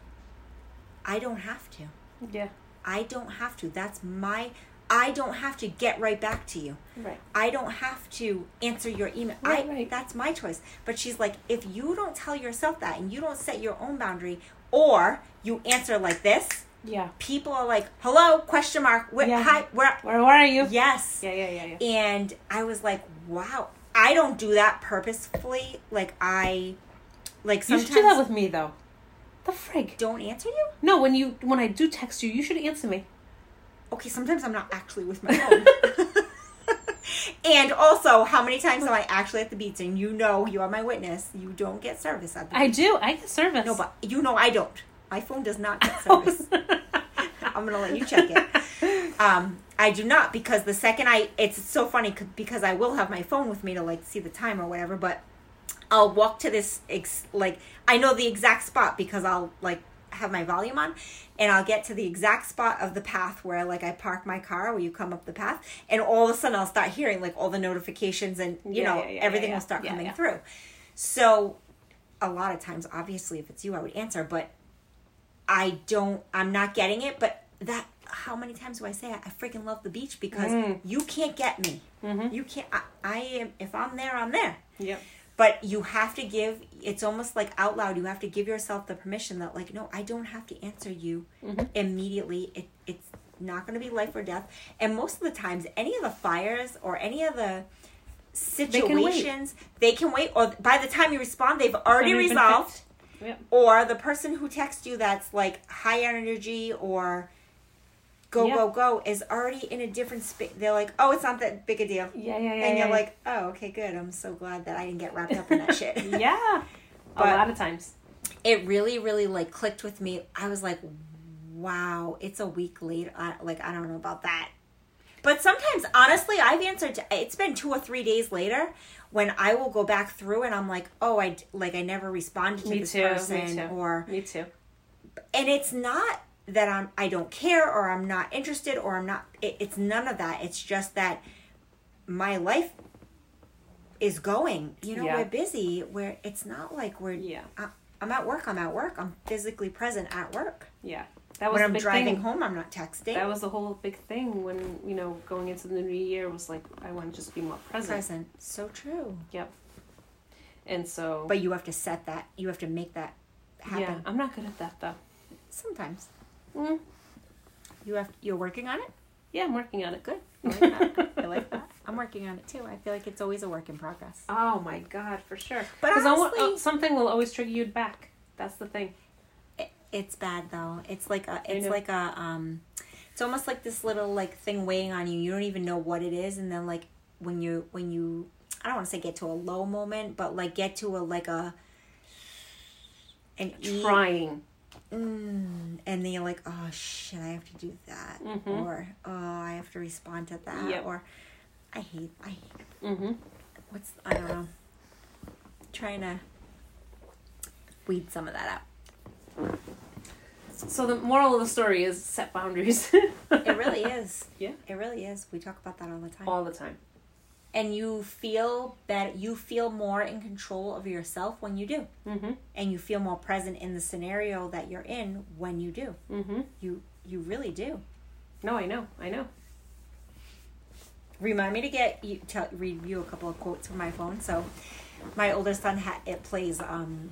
Speaker 2: I don't have to."
Speaker 1: yeah,
Speaker 2: I don't have to. That's my. I don't have to get right back to you.
Speaker 1: Right.
Speaker 2: I don't have to answer your email.
Speaker 1: Right,
Speaker 2: I.
Speaker 1: right.
Speaker 2: That's my choice. But she's like, if you don't tell yourself that and you don't set your own boundary, or you answer like this,
Speaker 1: yeah.
Speaker 2: people are like, "Hello?" Question mark. Where,
Speaker 1: Yeah.
Speaker 2: Hi. Where?
Speaker 1: Where, where are you?
Speaker 2: Yes.
Speaker 1: yeah, yeah, yeah, yeah.
Speaker 2: And I was like, wow. I don't do that purposefully. Like I, like
Speaker 1: You
Speaker 2: sometimes
Speaker 1: should do that with me though. The frig.
Speaker 2: don't answer you.
Speaker 1: No, when you when I do text you, you should answer me.
Speaker 2: okay, sometimes I'm not actually with my phone. and also, how many times am I actually at the beach? And you know, you are my witness. You don't get service at the
Speaker 1: I
Speaker 2: beach.
Speaker 1: do. I get service. Oh.
Speaker 2: No, but you know I don't. My phone does not get service. I'm gonna let you check it. Um, I do not because the second I, it's so funny c- because I will have my phone with me to like see the time or whatever, but I'll walk to this ex- like I know the exact spot because I'll like have my volume on, and I'll get to the exact spot of the path where like I park my car where you come up the path, and all of a sudden I'll start hearing like all the notifications and you
Speaker 1: Yeah,
Speaker 2: know
Speaker 1: yeah, yeah,
Speaker 2: everything
Speaker 1: yeah,
Speaker 2: will start
Speaker 1: yeah,
Speaker 2: coming
Speaker 1: yeah.
Speaker 2: through. So a lot of times obviously if it's you i would answer but i don't i'm not getting it but that how many times do i say i, I freaking love the beach because you can't get me you can't I, I am if i'm there i'm there
Speaker 1: Yep.
Speaker 2: but you have to give it's almost like out loud you have to give yourself the permission that like no i don't have to answer you
Speaker 1: Mm-hmm.
Speaker 2: immediately it, it's not going to be life or death and most of the times any of the fires or any of the
Speaker 1: can wait.
Speaker 2: situations they can wait, or by the time you respond they've already
Speaker 1: Already been
Speaker 2: resolved
Speaker 1: fixed. Yep.
Speaker 2: or the person who texts you that's like high energy or go
Speaker 1: Yeah.
Speaker 2: go go is already in a different space they're like oh it's not that big a deal
Speaker 1: Yeah, yeah, yeah.
Speaker 2: and
Speaker 1: yeah,
Speaker 2: you're
Speaker 1: yeah.
Speaker 2: like, oh, okay, good. I'm so glad that I didn't get wrapped up in that shit.
Speaker 1: yeah.
Speaker 2: But-
Speaker 1: a lot of times.
Speaker 2: It really, really like clicked with me. I was like, wow, it's a week late. I, like, I don't know about that. But sometimes, honestly, I've answered. It's been two or three days later when I will go back through and I'm like, oh, I d- like I never responded to
Speaker 1: Me
Speaker 2: this
Speaker 1: too.
Speaker 2: person,
Speaker 1: me too.
Speaker 2: or
Speaker 1: me too.
Speaker 2: and it's not that I'm I don't care or I'm not interested or I'm not. It, it's none of that. It's just that my life is going. You know,
Speaker 1: Yeah.
Speaker 2: we're busy. Where it's not like we're.
Speaker 1: Yeah.
Speaker 2: I, I'm at work. I'm at work. I'm physically present at work.
Speaker 1: Yeah. That was
Speaker 2: When
Speaker 1: the
Speaker 2: I'm
Speaker 1: big
Speaker 2: driving
Speaker 1: thing.
Speaker 2: home, I'm not texting.
Speaker 1: That was the whole big thing when, you know, going into the new year was like, I want to just be more present.
Speaker 2: present. So true.
Speaker 1: Yep. And so,
Speaker 2: But you have to set that. You have to make that happen.
Speaker 1: yeah, I'm not good at that though.
Speaker 2: Sometimes
Speaker 1: Mm,
Speaker 2: you have. You're working on it.
Speaker 1: yeah, I'm working on it.
Speaker 2: Good. I like that. I like that. I'm working on it too. I feel like it's always a work in progress.
Speaker 1: Oh my god, for sure.
Speaker 2: But
Speaker 1: Because I want-
Speaker 2: honestly-
Speaker 1: uh, something will always trigger you back. That's the thing.
Speaker 2: It, it's bad though. It's like a.
Speaker 1: I
Speaker 2: It's
Speaker 1: know.
Speaker 2: like a. Um. It's almost like this little like thing weighing on you. You don't even know what it is, and then like when you when you. I don't want to say get to a low moment, but like get to a like a. An E
Speaker 1: Trying.
Speaker 2: Mm, and then you're like, oh shit, I have to do that, or oh, I have to respond to that,
Speaker 1: Mm-hmm. Yep.
Speaker 2: or I hate, I hate.
Speaker 1: Mm-hmm.
Speaker 2: What's I don't know. Trying to weed some of that
Speaker 1: So the moral of the story is set boundaries.
Speaker 2: out. It really is.
Speaker 1: Yeah.
Speaker 2: It really is. We talk about that all the time.
Speaker 1: All the time.
Speaker 2: and you feel better. You feel more in control of yourself when you do,
Speaker 1: Mm-hmm.
Speaker 2: and you feel more present in the scenario that you're in when you do.
Speaker 1: Mm-hmm.
Speaker 2: You you really do.
Speaker 1: No, I know. I know.
Speaker 2: remind me to get you to read you a couple of quotes from my phone. So, my older son ha- it plays um,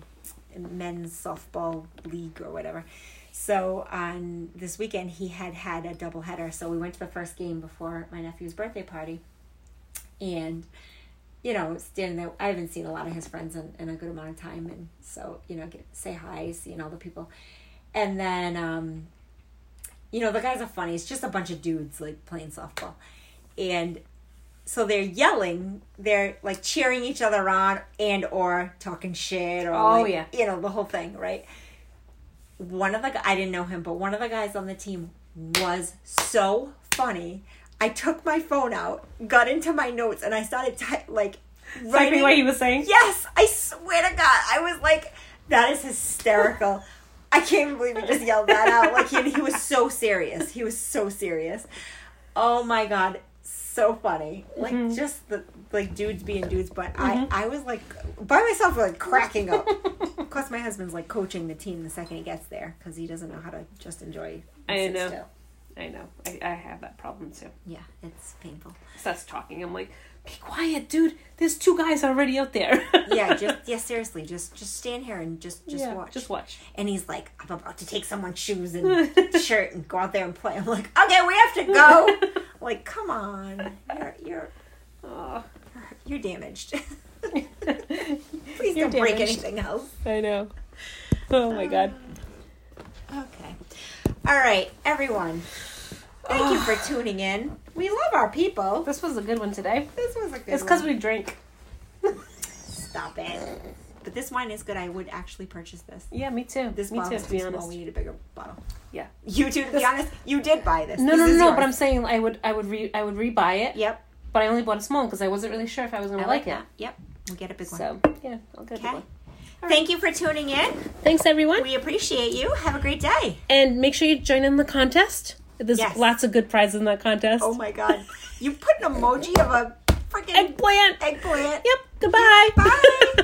Speaker 2: men's softball league or whatever. So on this weekend he had had a doubleheader. So we went to the first game before my nephew's birthday party, and you know standing there I haven't seen a lot of his friends in, in a good amount of time, and so you know get, say hi, seeing all the people, and then um, you know the guys are funny. It's just a bunch of dudes like playing softball, and so they're yelling they're like cheering each other on and or talking shit or
Speaker 1: Oh,
Speaker 2: like,
Speaker 1: yeah.
Speaker 2: you know the whole thing right one of the gu- i didn't know him but one of the guys on the team was so funny i took my phone out got into my notes and i started ty- like
Speaker 1: Typing
Speaker 2: writing
Speaker 1: what he was saying.
Speaker 2: yes i swear to god i was like that is hysterical i can't believe he just yelled that out like he, he was so serious he was so serious Oh my god, so funny! Like
Speaker 1: Mm-hmm.
Speaker 2: just the like dudes being dudes, but I I was like by myself like cracking up. of course, my husband's like coaching the team the second he gets there because he doesn't know how to just enjoy. and
Speaker 1: I
Speaker 2: sit
Speaker 1: know.
Speaker 2: still.
Speaker 1: I know. I, I have that problem too.
Speaker 2: Yeah, it's painful.
Speaker 1: So that's talking. I'm like, be quiet, dude. There's two guys already out there.
Speaker 2: Yeah, just yeah. Seriously, just just stand here and just just
Speaker 1: Yeah,
Speaker 2: watch.
Speaker 1: Just watch.
Speaker 2: and he's like, I'm about to take someone's shoes and shirt and go out there and play. I'm like, okay, we have to go. like, come on, you're you're
Speaker 1: Oh.
Speaker 2: you're damaged. Please
Speaker 1: Please
Speaker 2: don't break anything Ah. else.
Speaker 1: I know. Oh my god.
Speaker 2: Okay. All right, everyone. Thank you for tuning in. We love our people.
Speaker 1: This was a good one today.
Speaker 2: This was a good
Speaker 1: It's because we drink.
Speaker 2: stop it. But this wine is good. I would actually purchase this.
Speaker 1: Yeah, me too.
Speaker 2: This
Speaker 1: me
Speaker 2: bottle
Speaker 1: too,
Speaker 2: is
Speaker 1: to
Speaker 2: too
Speaker 1: be
Speaker 2: small.
Speaker 1: honest.
Speaker 2: We need a bigger bottle.
Speaker 1: Yeah.
Speaker 2: You too. To be honest, you did buy this.
Speaker 1: No,
Speaker 2: This
Speaker 1: no, no,
Speaker 2: is
Speaker 1: no. But I'm
Speaker 2: yours.
Speaker 1: saying I would, I would re, I would rebuy it.
Speaker 2: Yep.
Speaker 1: But I only bought a small because I wasn't really sure if I was gonna
Speaker 2: I
Speaker 1: like,
Speaker 2: like
Speaker 1: it.
Speaker 2: that. Yep. We'll get a big one.
Speaker 1: So yeah, I'll go.
Speaker 2: Okay.
Speaker 1: Okay.
Speaker 2: Thank you for tuning in.
Speaker 1: Thanks everyone,
Speaker 2: We appreciate you. Have a great day.
Speaker 1: and make sure you join in the contest. There's
Speaker 2: Yes.
Speaker 1: lots of good prizes in that contest.
Speaker 2: Oh my god. You put an emoji of a freaking
Speaker 1: Eggplant.
Speaker 2: eggplant.
Speaker 1: Yep. Goodbye.
Speaker 2: Bye.